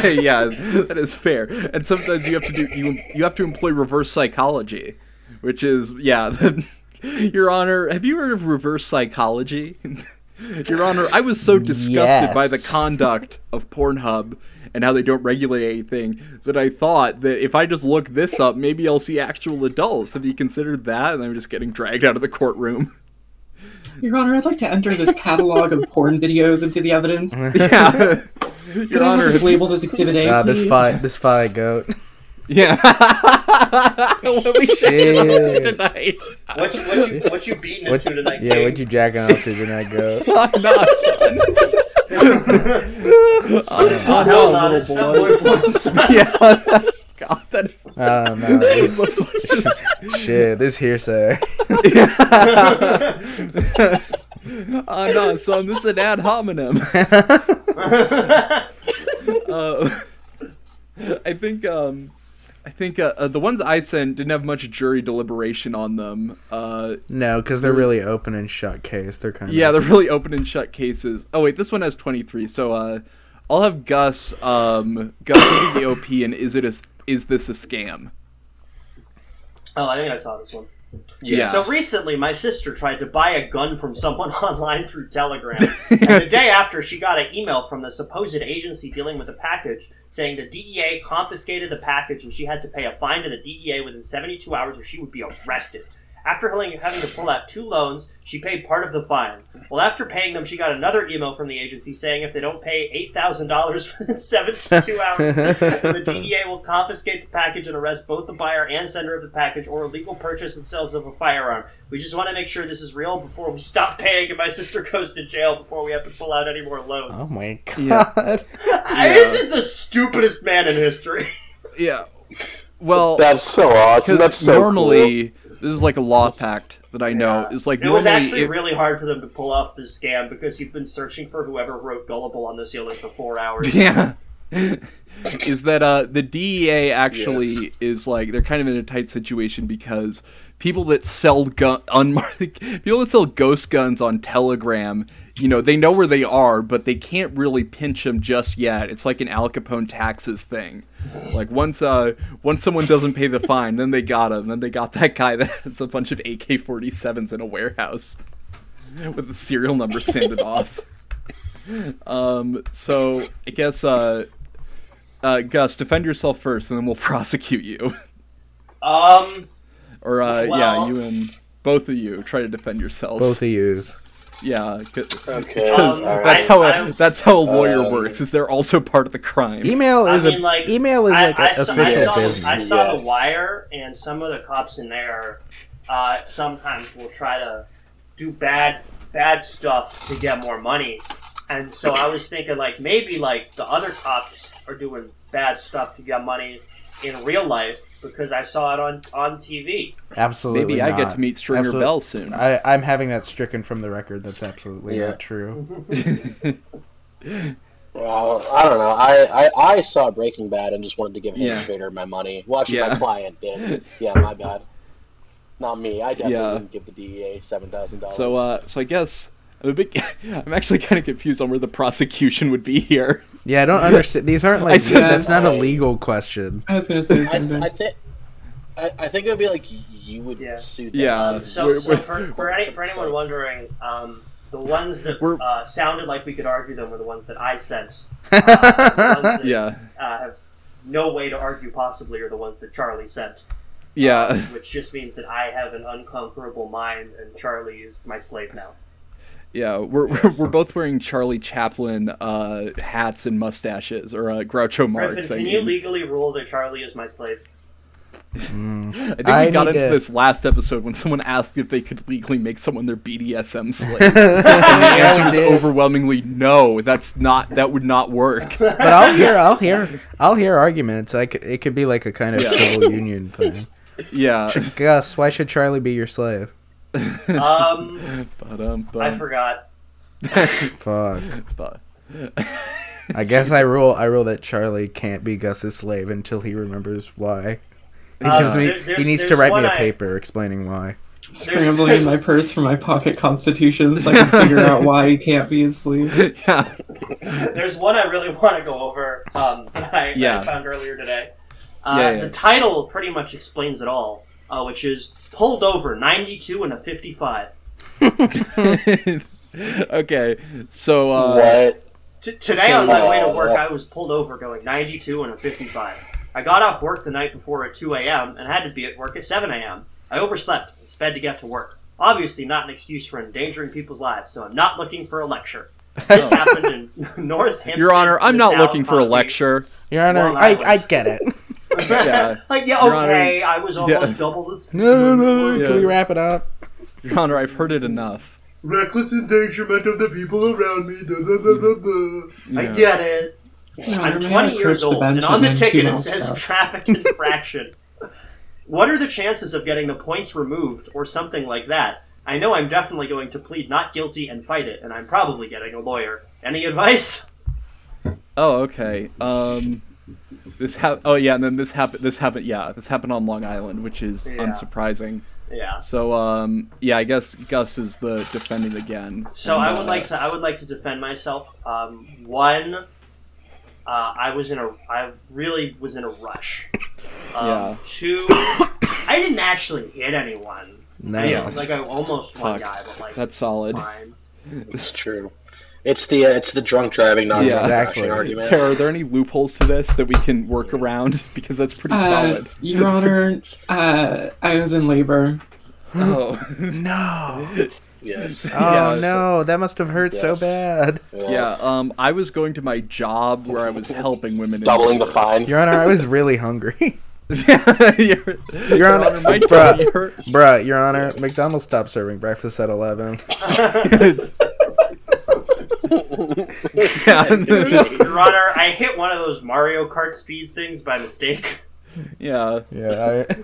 [SPEAKER 4] yeah, that is fair. And sometimes you have to do you you have to employ reverse psychology, which is yeah. Your Honor, have you heard of reverse psychology? Your Honor, I was so disgusted by the
[SPEAKER 1] Yes.
[SPEAKER 4] conduct of Pornhub and how they don't regulate anything that I thought that if I just look this up, maybe I'll see actual adults. Have you considered that? And I'm just getting dragged out of the courtroom.
[SPEAKER 5] Your Honor, I'd like to enter this catalog of porn videos into the evidence. Your
[SPEAKER 4] yeah, Your Honor,
[SPEAKER 5] It's labeled as Exhibit A.
[SPEAKER 1] Uh, this
[SPEAKER 5] please?
[SPEAKER 1] fi this fi goat.
[SPEAKER 4] yeah. what we should do
[SPEAKER 1] Shit.
[SPEAKER 4] tonight.
[SPEAKER 2] What you what you what you beaten
[SPEAKER 1] What,
[SPEAKER 2] into tonight?
[SPEAKER 1] yeah,
[SPEAKER 2] dude?
[SPEAKER 1] what'd you jack off to tonight, goat?
[SPEAKER 4] I'm not, son.
[SPEAKER 2] Oh, hell no, this
[SPEAKER 4] boy.
[SPEAKER 2] boy porn site.
[SPEAKER 4] Yeah. God, that is.
[SPEAKER 1] Oh no, this- shit, this hearsay.
[SPEAKER 4] Uh, no, son, this is an ad hominem. uh, I think. um I think uh, uh, the ones I sent didn't have much jury deliberation on them. Uh,
[SPEAKER 1] No, because they're really open and shut case. Mm. They're kind of
[SPEAKER 4] yeah, they're really open and shut cases. Oh wait, this one has 23. So uh, I'll have Gus, um, Gus will be the OP, and is it a, is this a scam?
[SPEAKER 2] Oh, I think I saw this one.
[SPEAKER 4] Yeah.
[SPEAKER 2] So recently, my sister tried to buy a gun from someone online through Telegram. and the day after, she got an email from the supposed agency dealing with the package saying the DEA confiscated the package and she had to pay a fine to the DEA within 72 hours or she would be arrested. After having having to pull out two loans, she paid part of the fine. Well, after paying them, she got another email from the agency saying if they don't pay $8,000 within 72 hours, then the DEA will confiscate the package and arrest both the buyer and sender of the package or illegal purchase and sales of a firearm. We just want to make sure this is real before we stop paying and my sister goes to jail before we have to pull out any more
[SPEAKER 1] Oh
[SPEAKER 2] loans.
[SPEAKER 1] my god.
[SPEAKER 4] Yeah.
[SPEAKER 2] This is the stupidest man in history.
[SPEAKER 4] Yeah. well,
[SPEAKER 6] That's so awesome. That's so cool.
[SPEAKER 4] normally this is like a law fact that I know. It's like
[SPEAKER 2] It was
[SPEAKER 4] normally
[SPEAKER 2] actually
[SPEAKER 4] it-
[SPEAKER 2] really hard for them to pull off this scam because you've been searching for whoever wrote Gullible on this unit for four hours.
[SPEAKER 4] yeah. is that uh, the DEA actually is like they're kind of in a tight situation because people that sell gun unmarked people that sell ghost guns on Telegram, you know, they know where they are, but they can't really pinch them just yet. It's like an Al Capone taxes thing. Like once uh once someone doesn't pay the fine, then they got him. Then they got that guy that has a bunch of AK-47s in a warehouse with the serial number sanded off. Um, so I guess uh, uh, Gus, defend yourself first, and then we'll prosecute you.
[SPEAKER 2] Um,
[SPEAKER 4] or uh, yeah,
[SPEAKER 2] Well-
[SPEAKER 4] you and both of you try to defend yourselves.
[SPEAKER 1] Both of yous.
[SPEAKER 4] yeah, 'cause-
[SPEAKER 3] Okay.
[SPEAKER 4] because
[SPEAKER 2] Um,
[SPEAKER 4] that's
[SPEAKER 2] I-
[SPEAKER 4] how a,
[SPEAKER 2] I'm-
[SPEAKER 4] that's how a lawyer
[SPEAKER 1] Uh,
[SPEAKER 3] Um,
[SPEAKER 4] works. Is they're also part of the crime.
[SPEAKER 1] Email
[SPEAKER 2] I
[SPEAKER 1] is
[SPEAKER 2] mean,
[SPEAKER 1] a
[SPEAKER 2] like
[SPEAKER 1] email is
[SPEAKER 2] I,
[SPEAKER 1] like
[SPEAKER 2] I
[SPEAKER 1] an
[SPEAKER 2] saw,
[SPEAKER 1] official
[SPEAKER 2] I saw,
[SPEAKER 1] business.
[SPEAKER 2] I saw
[SPEAKER 3] yes.
[SPEAKER 2] the wire, and some of the cops in there uh, sometimes will try to do bad bad stuff to get more money. And so I was thinking, like maybe like the other cops are doing bad stuff to get money in real life because I saw it on on TV.
[SPEAKER 1] absolutely.
[SPEAKER 4] Maybe I
[SPEAKER 1] not.
[SPEAKER 4] get to meet Stringer
[SPEAKER 1] Absolute-
[SPEAKER 4] Bell soon.
[SPEAKER 1] I, I'm having that stricken from the record. That's absolutely
[SPEAKER 3] Yeah.
[SPEAKER 1] not true.
[SPEAKER 3] Well, I don't know. I, I, I saw Breaking Bad and just wanted to give an
[SPEAKER 4] Yeah.
[SPEAKER 3] illustrator my money. Watching
[SPEAKER 4] Yeah.
[SPEAKER 3] my client did. Yeah, my bad. Not me. I definitely
[SPEAKER 4] Yeah.
[SPEAKER 3] wouldn't give the DEA seven thousand dollars.
[SPEAKER 4] so uh, so I guess I'm a bit. I'm actually kind of confused on where the prosecution would be here.
[SPEAKER 1] Yeah, I don't understand. These aren't
[SPEAKER 4] I
[SPEAKER 1] like
[SPEAKER 4] said
[SPEAKER 1] that's
[SPEAKER 3] that-
[SPEAKER 1] not a legal question.
[SPEAKER 5] I was gonna say the
[SPEAKER 3] I,
[SPEAKER 5] same thing.
[SPEAKER 3] I think I, I think it would be like you would
[SPEAKER 2] Yeah.
[SPEAKER 3] sue. Them.
[SPEAKER 4] Yeah.
[SPEAKER 3] Um,
[SPEAKER 2] So,
[SPEAKER 4] We're-
[SPEAKER 2] so
[SPEAKER 4] we're-
[SPEAKER 2] for, for, any, for anyone wondering, um, the ones that
[SPEAKER 4] We're-
[SPEAKER 2] uh, sounded like we could argue them were the ones that I sent. Uh, the ones that,
[SPEAKER 4] Yeah,
[SPEAKER 2] uh, have no way to argue possibly are the ones that Charlie sent,
[SPEAKER 4] yeah.
[SPEAKER 2] which just means that I have an unconquerable mind and Charlie is my slave now.
[SPEAKER 4] Yeah, we're we're, we're both wearing Charlie Chaplin uh, hats and mustaches, or uh, Groucho
[SPEAKER 2] Griffin,
[SPEAKER 4] Marx. I,
[SPEAKER 2] can
[SPEAKER 4] mean.
[SPEAKER 2] you legally rule that Charlie is my slave?
[SPEAKER 4] I think
[SPEAKER 1] I
[SPEAKER 4] we got
[SPEAKER 1] need
[SPEAKER 4] into
[SPEAKER 1] to-
[SPEAKER 4] this last episode when someone asked if they could legally make someone their BDSM slave. and the answer was
[SPEAKER 1] dude.
[SPEAKER 4] overwhelmingly no. That's not. That would not work.
[SPEAKER 1] But I'll hear, I'll hear, I'll hear arguments. I c- it could be like a kind of
[SPEAKER 4] Yeah.
[SPEAKER 1] civil union thing.
[SPEAKER 4] Yeah.
[SPEAKER 1] Gus, why should Charlie be your slave?
[SPEAKER 2] Um,
[SPEAKER 4] but um.
[SPEAKER 2] I
[SPEAKER 4] But,
[SPEAKER 2] forgot.
[SPEAKER 1] Fuck.
[SPEAKER 4] but-
[SPEAKER 1] I guess I rule. I rule that Charlie can't be Gus's slave until he remembers why. He
[SPEAKER 2] Uh,
[SPEAKER 1] gives me.
[SPEAKER 2] there- there's-
[SPEAKER 1] he needs to
[SPEAKER 2] there's
[SPEAKER 1] write
[SPEAKER 2] one
[SPEAKER 1] me a
[SPEAKER 2] I-
[SPEAKER 1] paper explaining why.
[SPEAKER 5] Scrambling in my purse for my pocket constitution so I can figure out why he can't be asleep.
[SPEAKER 4] yeah.
[SPEAKER 2] There's one I really want to go over um, that I, that I
[SPEAKER 4] Yeah.
[SPEAKER 2] found earlier today. Uh,
[SPEAKER 4] Yeah, yeah.
[SPEAKER 2] The title pretty much explains it all, uh, which is pulled over 92 and a 55.
[SPEAKER 4] okay. So uh,
[SPEAKER 3] what?
[SPEAKER 2] T- today
[SPEAKER 4] So-
[SPEAKER 2] on my way to work,
[SPEAKER 3] Oh.
[SPEAKER 2] I was pulled over going 92 and a 55. I got off work the night before at 2 a.m. and had to be at work at 7 a.m. I overslept and sped to get to work. Obviously, not an excuse for endangering people's lives, so I'm not looking for a lecture. This happened in North Hampstead.
[SPEAKER 4] Your Honor, I'm not
[SPEAKER 2] LaSalle
[SPEAKER 4] looking for a
[SPEAKER 2] County.
[SPEAKER 4] lecture.
[SPEAKER 1] Your Honor,
[SPEAKER 2] Long
[SPEAKER 1] I,
[SPEAKER 2] Island.
[SPEAKER 1] I get it.
[SPEAKER 4] Yeah.
[SPEAKER 2] like, yeah,
[SPEAKER 4] Your
[SPEAKER 2] okay, I was almost
[SPEAKER 4] Yeah.
[SPEAKER 2] double this.
[SPEAKER 1] No, no, no.
[SPEAKER 4] Yeah.
[SPEAKER 1] Can we wrap it up?
[SPEAKER 4] Your Honor, I've heard it enough.
[SPEAKER 2] Reckless endangerment of the people around me. Da, da, da, da, da.
[SPEAKER 4] Yeah.
[SPEAKER 2] I get it. I'm 20 years old, and on the ticket it says traffic infraction. what are the chances of getting the points removed or something like that? I know I'm definitely going to plead not guilty and fight it, and I'm probably getting a lawyer. Any advice?
[SPEAKER 4] Oh, okay. Um, this hap- Oh, yeah. And then this happened. This happened. Yeah, this happened on Long Island, which is
[SPEAKER 2] Yeah.
[SPEAKER 4] unsurprising.
[SPEAKER 2] Yeah.
[SPEAKER 4] So, um, yeah, I guess Gus is the defending again.
[SPEAKER 2] So
[SPEAKER 4] And,
[SPEAKER 2] I
[SPEAKER 4] uh,
[SPEAKER 2] would like to I would like to defend myself. Um, one, uh, I was in a I really was in a rush. Um,
[SPEAKER 4] Yeah.
[SPEAKER 2] Two, I didn't actually hit anyone.
[SPEAKER 1] No.
[SPEAKER 2] I-
[SPEAKER 4] Yeah.
[SPEAKER 2] like I almost one
[SPEAKER 4] Fuck.
[SPEAKER 2] guy, but like
[SPEAKER 4] That's
[SPEAKER 2] it's
[SPEAKER 4] solid.
[SPEAKER 2] fine.
[SPEAKER 3] It's true. It's the uh, it's the drunk driving non
[SPEAKER 4] Yeah.
[SPEAKER 1] Exactly.
[SPEAKER 3] argument.
[SPEAKER 4] Sarah, are there any loopholes to this that we can work around? Because that's pretty
[SPEAKER 5] Uh,
[SPEAKER 4] solid.
[SPEAKER 5] Your Honor, uh, I was in labor.
[SPEAKER 4] Oh,
[SPEAKER 1] No.
[SPEAKER 3] Yes.
[SPEAKER 4] Uh,
[SPEAKER 1] Oh no, that must have hurt so
[SPEAKER 3] Yes.
[SPEAKER 1] bad.
[SPEAKER 4] yeah. Um, I was going to my job where I was helping women. in
[SPEAKER 3] Doubling the
[SPEAKER 4] labor.
[SPEAKER 3] fine.
[SPEAKER 1] Your Honor, I was really hungry.
[SPEAKER 4] yeah, you're,
[SPEAKER 1] Your Honor,
[SPEAKER 4] my
[SPEAKER 1] bruh.
[SPEAKER 4] tummy hurt.
[SPEAKER 1] Bruh, Your Honor, McDonald's stopped serving breakfast at 11.
[SPEAKER 4] yeah.
[SPEAKER 2] Your Honor, I hit one of those Mario Kart speed things by mistake.
[SPEAKER 4] yeah,
[SPEAKER 1] Yeah, I,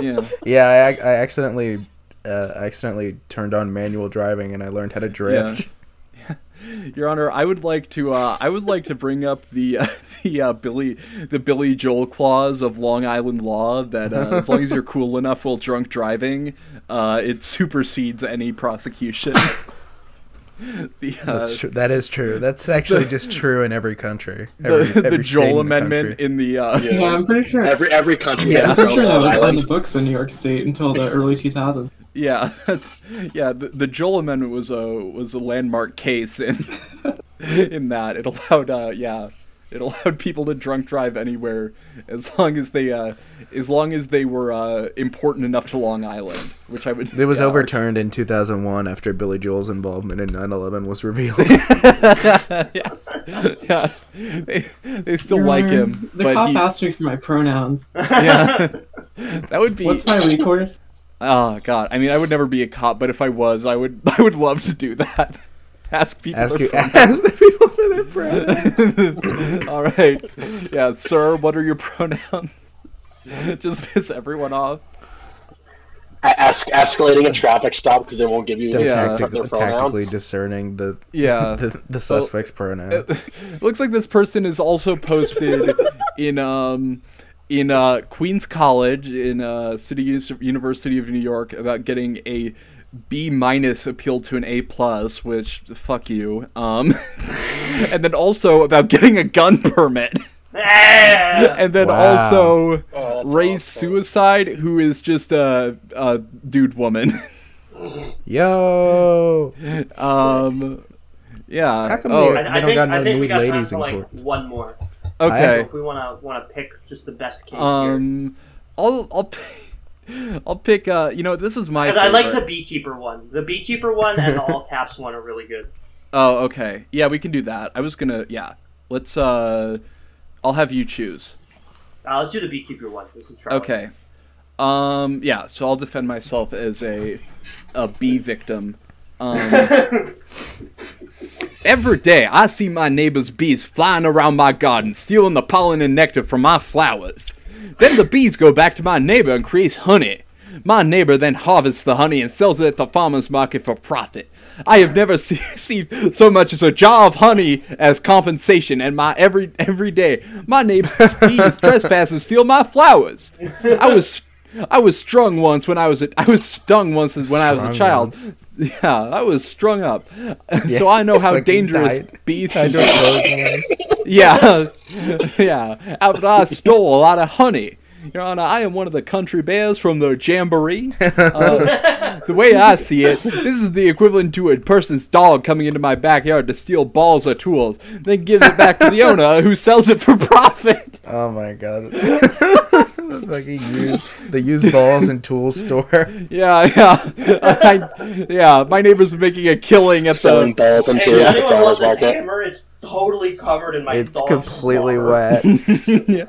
[SPEAKER 4] yeah.
[SPEAKER 1] yeah. I, ac- I accidentally, uh, I accidentally turned on manual driving, and I learned how to drift.
[SPEAKER 4] Your Honor, I would like to uh, I would like to bring up the uh, the uh, Billy the Billy Joel clause of Long Island law that uh, as long as you're cool enough while drunk driving, uh, it supersedes any prosecution. the uh,
[SPEAKER 1] That's true. That is true. That's actually just true in every country. Every,
[SPEAKER 4] the, the
[SPEAKER 1] every state in
[SPEAKER 4] Joel
[SPEAKER 1] the
[SPEAKER 4] Amendment
[SPEAKER 1] country.
[SPEAKER 4] in the uh,
[SPEAKER 3] Yeah.
[SPEAKER 5] Yeah, I'm pretty sure.
[SPEAKER 3] Every every country.
[SPEAKER 1] Yeah.
[SPEAKER 5] I'm
[SPEAKER 3] has
[SPEAKER 5] pretty
[SPEAKER 3] its
[SPEAKER 5] sure
[SPEAKER 3] own
[SPEAKER 5] that was
[SPEAKER 3] law.
[SPEAKER 5] on the books in New York State until the early 2000s.
[SPEAKER 4] Yeah, that's- yeah. The, the Joel Amendment was a was a landmark case in in that it allowed uh yeah it allowed people to drunk drive anywhere as long as they uh as long as they were uh important enough to Long Island, which I would.
[SPEAKER 1] It was
[SPEAKER 4] yeah,
[SPEAKER 1] overturned in 2001 after Billy Joel's involvement in 9/11 was revealed.
[SPEAKER 4] yeah, yeah. They, they still
[SPEAKER 5] Your
[SPEAKER 4] like
[SPEAKER 5] Honor,
[SPEAKER 4] him,
[SPEAKER 5] The
[SPEAKER 4] but
[SPEAKER 5] cop
[SPEAKER 4] he,
[SPEAKER 5] asked me for my pronouns.
[SPEAKER 4] yeah, that would be.
[SPEAKER 5] What's my recourse?
[SPEAKER 4] Oh God, I mean, I would never be a cop, but if I was, I would I would love to do that. Ask people.
[SPEAKER 1] ask
[SPEAKER 4] their
[SPEAKER 1] you,
[SPEAKER 4] pronouns.
[SPEAKER 1] ask the people for their pronouns.
[SPEAKER 4] All right. Yeah, sir, what are your pronouns? Just piss everyone off.
[SPEAKER 3] A- Ask, E, escalating a traffic stop because they won't give you
[SPEAKER 1] Don't
[SPEAKER 4] Yeah.
[SPEAKER 1] tactic-
[SPEAKER 3] their
[SPEAKER 1] tactically
[SPEAKER 3] pronouns.
[SPEAKER 1] discerning the
[SPEAKER 4] Yeah.
[SPEAKER 1] the, the suspect's pronouns.
[SPEAKER 4] Looks like this person is also posted in um in uh Queens College in uh City Uni- University of New York about getting a B minus appealed to an A plus, which fuck you. Um and then also about getting a gun permit.
[SPEAKER 2] Ah!
[SPEAKER 4] and then
[SPEAKER 1] Wow.
[SPEAKER 4] also
[SPEAKER 3] Oh, that's
[SPEAKER 4] Ray
[SPEAKER 3] awesome.
[SPEAKER 4] Suicide, who is just a, a dude woman.
[SPEAKER 1] Yo,
[SPEAKER 4] um, yeah.
[SPEAKER 1] How come
[SPEAKER 4] oh,
[SPEAKER 1] they-
[SPEAKER 2] I, I
[SPEAKER 1] don't
[SPEAKER 2] think,
[SPEAKER 1] got no
[SPEAKER 2] I think we
[SPEAKER 1] nude
[SPEAKER 2] got time
[SPEAKER 1] ladies
[SPEAKER 2] for
[SPEAKER 1] in
[SPEAKER 2] like
[SPEAKER 1] court.
[SPEAKER 2] one more. So
[SPEAKER 4] okay.
[SPEAKER 2] if we want to want to pick just the best case here,
[SPEAKER 4] Um, I'll I'll I'll pick. Uh, you know, this is my.
[SPEAKER 2] And I like the
[SPEAKER 4] favorite.
[SPEAKER 2] beekeeper one. The beekeeper one and the all caps one are really good.
[SPEAKER 4] Oh, okay. Yeah, we can do that. I was gonna. Yeah, let's. Uh, I'll have you choose.
[SPEAKER 2] Uh, let's do the beekeeper one. This is Charlie.
[SPEAKER 4] Okay. Um. Yeah. So I'll defend myself as a a bee victim. Um, every day I see my neighbor's bees flying around my garden, stealing the pollen and nectar from my flowers. Then the bees go back to my neighbor and creates honey. My neighbor then harvests the honey and sells it at the farmer's market for profit. I have never see- received so much as a jar of honey as compensation, and my every every day my neighbor's bees trespass and steal my flowers. I was I was strung once when I was a, I was stung once when I was a
[SPEAKER 1] Strung
[SPEAKER 4] child. Yeah, I was strung up, so I know how
[SPEAKER 1] fucking
[SPEAKER 4] dangerous
[SPEAKER 1] died.
[SPEAKER 4] bees can be. Yeah, yeah. After I stole a lot of honey. Your Honor, I am one of the country bears from the jamboree. Uh, the way I see it, this is the equivalent to a person's dog coming into my backyard to steal balls or tools, then gives it back to the owner, who sells it for profit.
[SPEAKER 1] Oh my god. fucking used, the used balls and tools store.
[SPEAKER 4] Yeah, yeah, I, yeah. My neighbors were making a killing at
[SPEAKER 3] Selling
[SPEAKER 4] the.
[SPEAKER 3] balls and
[SPEAKER 2] Hey,
[SPEAKER 3] tools
[SPEAKER 2] does
[SPEAKER 3] at the
[SPEAKER 2] anyone want
[SPEAKER 3] farmers
[SPEAKER 2] this
[SPEAKER 3] market.
[SPEAKER 2] hammer? It's totally covered in my
[SPEAKER 1] It's
[SPEAKER 2] dog's
[SPEAKER 1] completely
[SPEAKER 2] slobber.
[SPEAKER 1] wet.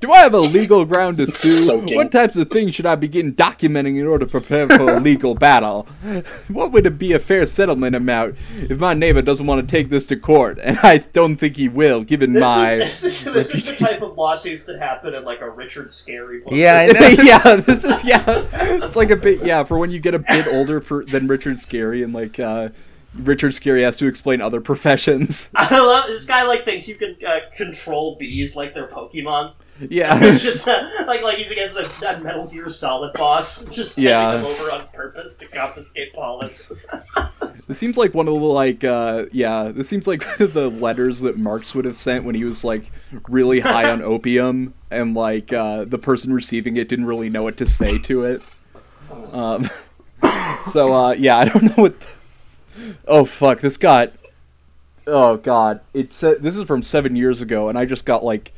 [SPEAKER 4] Do I have a legal ground to sue?
[SPEAKER 3] Soaking.
[SPEAKER 4] What types of things should I begin documenting in order to prepare for a legal battle? What would it be a fair settlement amount if my neighbor doesn't want to take this to court, and I don't think he will, given
[SPEAKER 2] This
[SPEAKER 4] my.
[SPEAKER 2] is, this is this is the type of lawsuits that happen in like a Richard Scary book.
[SPEAKER 1] Yeah, I know.
[SPEAKER 4] yeah, this is yeah. It's like a bit yeah for when you get a bit older for than Richard Scary and like uh, Richard Scary has to explain other professions.
[SPEAKER 2] I love this guy. Like thinks you can uh, control bees like they're Pokemon.
[SPEAKER 4] Yeah,
[SPEAKER 2] It's just uh, like like he's against a, that Metal Gear Solid boss, just sending
[SPEAKER 4] Yeah.
[SPEAKER 2] him over on purpose to confiscate pollen.
[SPEAKER 4] This seems like one of the like uh yeah, this seems like one of the letters that Marx would have sent when he was like really high on opium and like uh the person receiving it didn't really know what to say to it. Um so uh yeah, I don't know what Oh fuck, this got Oh god. It said this is from 7 years ago and I just got like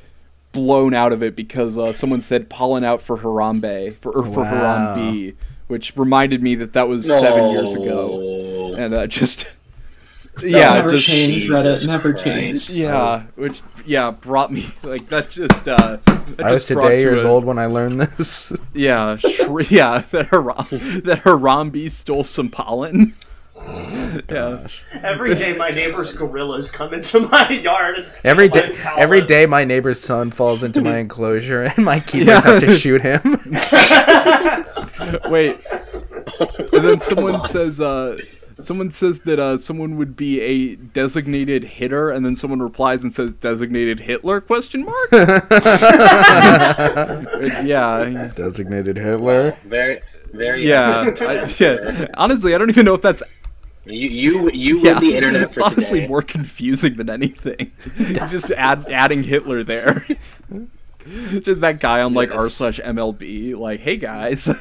[SPEAKER 4] blown out of it because uh, someone said pollen out for Harambe for or for
[SPEAKER 1] Wow.
[SPEAKER 4] Harambe, which reminded me that that was 7 years ago
[SPEAKER 3] No.
[SPEAKER 4] and uh, just
[SPEAKER 5] That
[SPEAKER 4] yeah,
[SPEAKER 5] never
[SPEAKER 4] just
[SPEAKER 5] changed.
[SPEAKER 3] Jesus
[SPEAKER 5] Reddit never
[SPEAKER 3] Christ.
[SPEAKER 5] changed.
[SPEAKER 4] yeah, which yeah brought me like that just uh that
[SPEAKER 1] I was
[SPEAKER 4] just brought
[SPEAKER 1] today
[SPEAKER 4] to
[SPEAKER 1] years
[SPEAKER 4] a-
[SPEAKER 1] old when I learned this.
[SPEAKER 4] Yeah, shri- yeah, that Haram that Harambe stole some pollen.
[SPEAKER 1] Oh, gosh.
[SPEAKER 2] Every day, my neighbor's gorillas come into my yard and steal
[SPEAKER 1] Every
[SPEAKER 2] my
[SPEAKER 1] day,
[SPEAKER 2] pallet.
[SPEAKER 1] every day, my neighbor's son falls into my enclosure, and my keepers have to shoot him.
[SPEAKER 4] Wait. And then someone says, uh, someone says that uh, someone would be a designated hitter, and then someone replies and says, "Designated Hitler?" Question mark. yeah,
[SPEAKER 1] Designated Hitler.
[SPEAKER 3] Very, very.
[SPEAKER 4] yeah,
[SPEAKER 3] happy
[SPEAKER 4] I,
[SPEAKER 3] with that,
[SPEAKER 4] yeah.
[SPEAKER 3] sir.
[SPEAKER 4] Honestly, I don't even know if that's
[SPEAKER 3] You you you
[SPEAKER 4] yeah.
[SPEAKER 3] read the internet
[SPEAKER 4] It's
[SPEAKER 3] for
[SPEAKER 4] honestly
[SPEAKER 3] today.
[SPEAKER 4] more confusing than anything. It's just add, adding Hitler there. just that guy on like r
[SPEAKER 3] Yes.
[SPEAKER 4] slash MLB, like, hey guys, you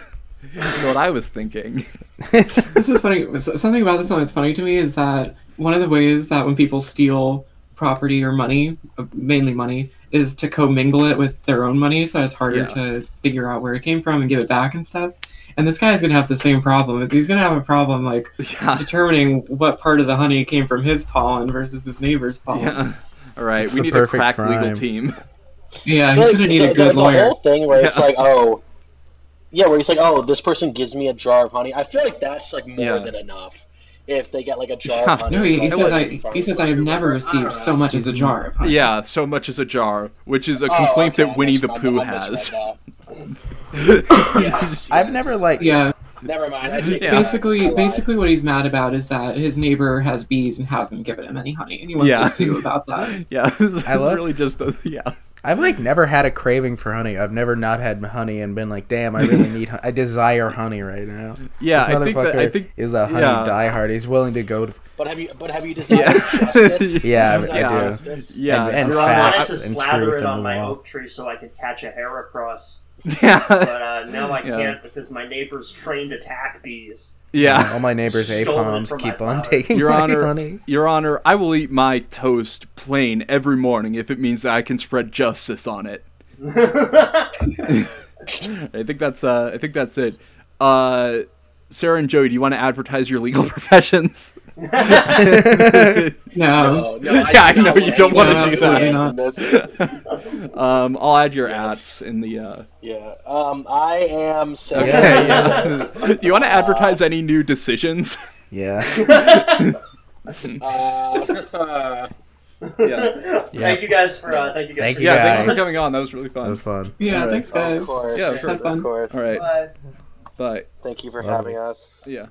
[SPEAKER 4] know what I was thinking?
[SPEAKER 5] this is funny. s- Something about this one that's funny to me is that one of the ways that when people steal property or money, uh, mainly money, is to commingle it with their own money, so it's harder
[SPEAKER 4] Yeah.
[SPEAKER 5] to figure out where it came from and give it back and stuff. And this guy's gonna have the same problem. He's gonna have a problem like
[SPEAKER 4] Yeah,
[SPEAKER 5] determining what part of the honey came from his pollen versus his neighbor's
[SPEAKER 3] Oh.
[SPEAKER 5] pollen. Yeah,
[SPEAKER 4] yeah. All right,
[SPEAKER 1] It's
[SPEAKER 4] we
[SPEAKER 1] the
[SPEAKER 4] need a
[SPEAKER 1] perfect
[SPEAKER 4] crack legal
[SPEAKER 1] crime.
[SPEAKER 4] team.
[SPEAKER 5] he's
[SPEAKER 3] Like,
[SPEAKER 5] gonna need
[SPEAKER 3] the-
[SPEAKER 5] a good
[SPEAKER 3] the, The
[SPEAKER 5] lawyer.
[SPEAKER 3] whole thing where it's
[SPEAKER 4] Yeah.
[SPEAKER 3] like, oh, yeah, where he's like, oh, this person gives me a jar of honey. I feel like that's like more
[SPEAKER 4] Yeah.
[SPEAKER 3] than enough. If they get like a jar
[SPEAKER 4] Yeah.
[SPEAKER 3] of honey,
[SPEAKER 5] No, he, he
[SPEAKER 3] from,
[SPEAKER 5] says
[SPEAKER 3] like,
[SPEAKER 5] I.
[SPEAKER 3] from
[SPEAKER 5] He says I have
[SPEAKER 3] whoever.
[SPEAKER 5] never received so much as a jar of honey.
[SPEAKER 4] Yeah, so much as a jar, which is a
[SPEAKER 3] Oh,
[SPEAKER 4] complaint
[SPEAKER 3] okay, I
[SPEAKER 4] that Winnie
[SPEAKER 3] missed-
[SPEAKER 4] the
[SPEAKER 3] I- I
[SPEAKER 4] Pooh
[SPEAKER 3] misread
[SPEAKER 4] has.
[SPEAKER 3] that. Yes,
[SPEAKER 1] I've
[SPEAKER 3] yes.
[SPEAKER 1] never like.
[SPEAKER 5] Yeah.
[SPEAKER 3] Never mind. I take
[SPEAKER 4] Yeah.
[SPEAKER 3] it back. I
[SPEAKER 5] Basically,
[SPEAKER 3] lied.
[SPEAKER 5] basically, what he's mad about is that his neighbor has bees and hasn't given him any honey, and he wants
[SPEAKER 4] Yeah.
[SPEAKER 5] to sue about that.
[SPEAKER 4] Yeah, this
[SPEAKER 1] I love-
[SPEAKER 4] really just does. Yeah,
[SPEAKER 1] I've like never had a craving for honey. I've never not had honey and been like, damn, I really need. Hun- I desire honey right now.
[SPEAKER 4] yeah.
[SPEAKER 1] this
[SPEAKER 4] I think that I think
[SPEAKER 1] is a honey
[SPEAKER 4] yeah.
[SPEAKER 1] diehard. He's willing to go. To,
[SPEAKER 3] But have you? But have you decided
[SPEAKER 4] Yeah.
[SPEAKER 3] justice?
[SPEAKER 1] Yeah,
[SPEAKER 3] Have you
[SPEAKER 1] I
[SPEAKER 3] decided
[SPEAKER 1] do.
[SPEAKER 3] justice?
[SPEAKER 4] yeah,
[SPEAKER 1] and- and
[SPEAKER 2] I wanted
[SPEAKER 1] facts
[SPEAKER 2] to
[SPEAKER 1] and
[SPEAKER 2] slather
[SPEAKER 1] truth
[SPEAKER 2] it
[SPEAKER 1] and
[SPEAKER 2] on
[SPEAKER 1] the
[SPEAKER 2] my
[SPEAKER 1] law.
[SPEAKER 2] oak tree so I could catch a hair across,
[SPEAKER 4] yeah,
[SPEAKER 2] but uh, now I
[SPEAKER 4] Yeah.
[SPEAKER 2] can't because my neighbor's trained attack bees.
[SPEAKER 4] yeah.
[SPEAKER 1] all my neighbors'
[SPEAKER 2] Stolen
[SPEAKER 1] apoms
[SPEAKER 2] from my
[SPEAKER 1] keep on
[SPEAKER 2] father.
[SPEAKER 1] taking
[SPEAKER 4] Your
[SPEAKER 1] my
[SPEAKER 4] Honor,
[SPEAKER 1] honey.
[SPEAKER 4] Your Honor, I will eat my toast plain every morning if it means that I can spread justice on it. I think that's uh, I think that's it. Uh, Sarah and Joey, do you want to advertise your legal professions?
[SPEAKER 5] No,
[SPEAKER 3] Oh, no, I
[SPEAKER 4] Yeah, I
[SPEAKER 3] do
[SPEAKER 4] know
[SPEAKER 3] not
[SPEAKER 4] you don't
[SPEAKER 5] wanna
[SPEAKER 3] to
[SPEAKER 5] do
[SPEAKER 3] do
[SPEAKER 5] that.
[SPEAKER 3] that.
[SPEAKER 4] um, I'll add your
[SPEAKER 3] Yes.
[SPEAKER 4] ads in the. Uh...
[SPEAKER 3] Yeah. Um, I am Sarah.
[SPEAKER 1] Okay,
[SPEAKER 4] do you want to advertise any new decisions?
[SPEAKER 1] Yeah,
[SPEAKER 3] Uh,
[SPEAKER 4] yeah,
[SPEAKER 2] Thank you guys for uh,
[SPEAKER 1] Thank you guys.
[SPEAKER 2] thank you guys. for your
[SPEAKER 4] yeah. Thank you
[SPEAKER 2] time.
[SPEAKER 4] for coming on. That was really
[SPEAKER 1] that
[SPEAKER 4] fun.
[SPEAKER 1] was fun.
[SPEAKER 5] yeah,
[SPEAKER 4] Alright.
[SPEAKER 5] thanks
[SPEAKER 3] of
[SPEAKER 5] guys.
[SPEAKER 3] course.
[SPEAKER 4] Yeah,
[SPEAKER 3] yes,
[SPEAKER 4] sure.
[SPEAKER 5] Have fun.
[SPEAKER 3] Of course.
[SPEAKER 4] All right,
[SPEAKER 2] Bye.
[SPEAKER 4] bye.
[SPEAKER 3] Thank you for
[SPEAKER 1] Lovely.
[SPEAKER 3] having us.
[SPEAKER 4] Yeah.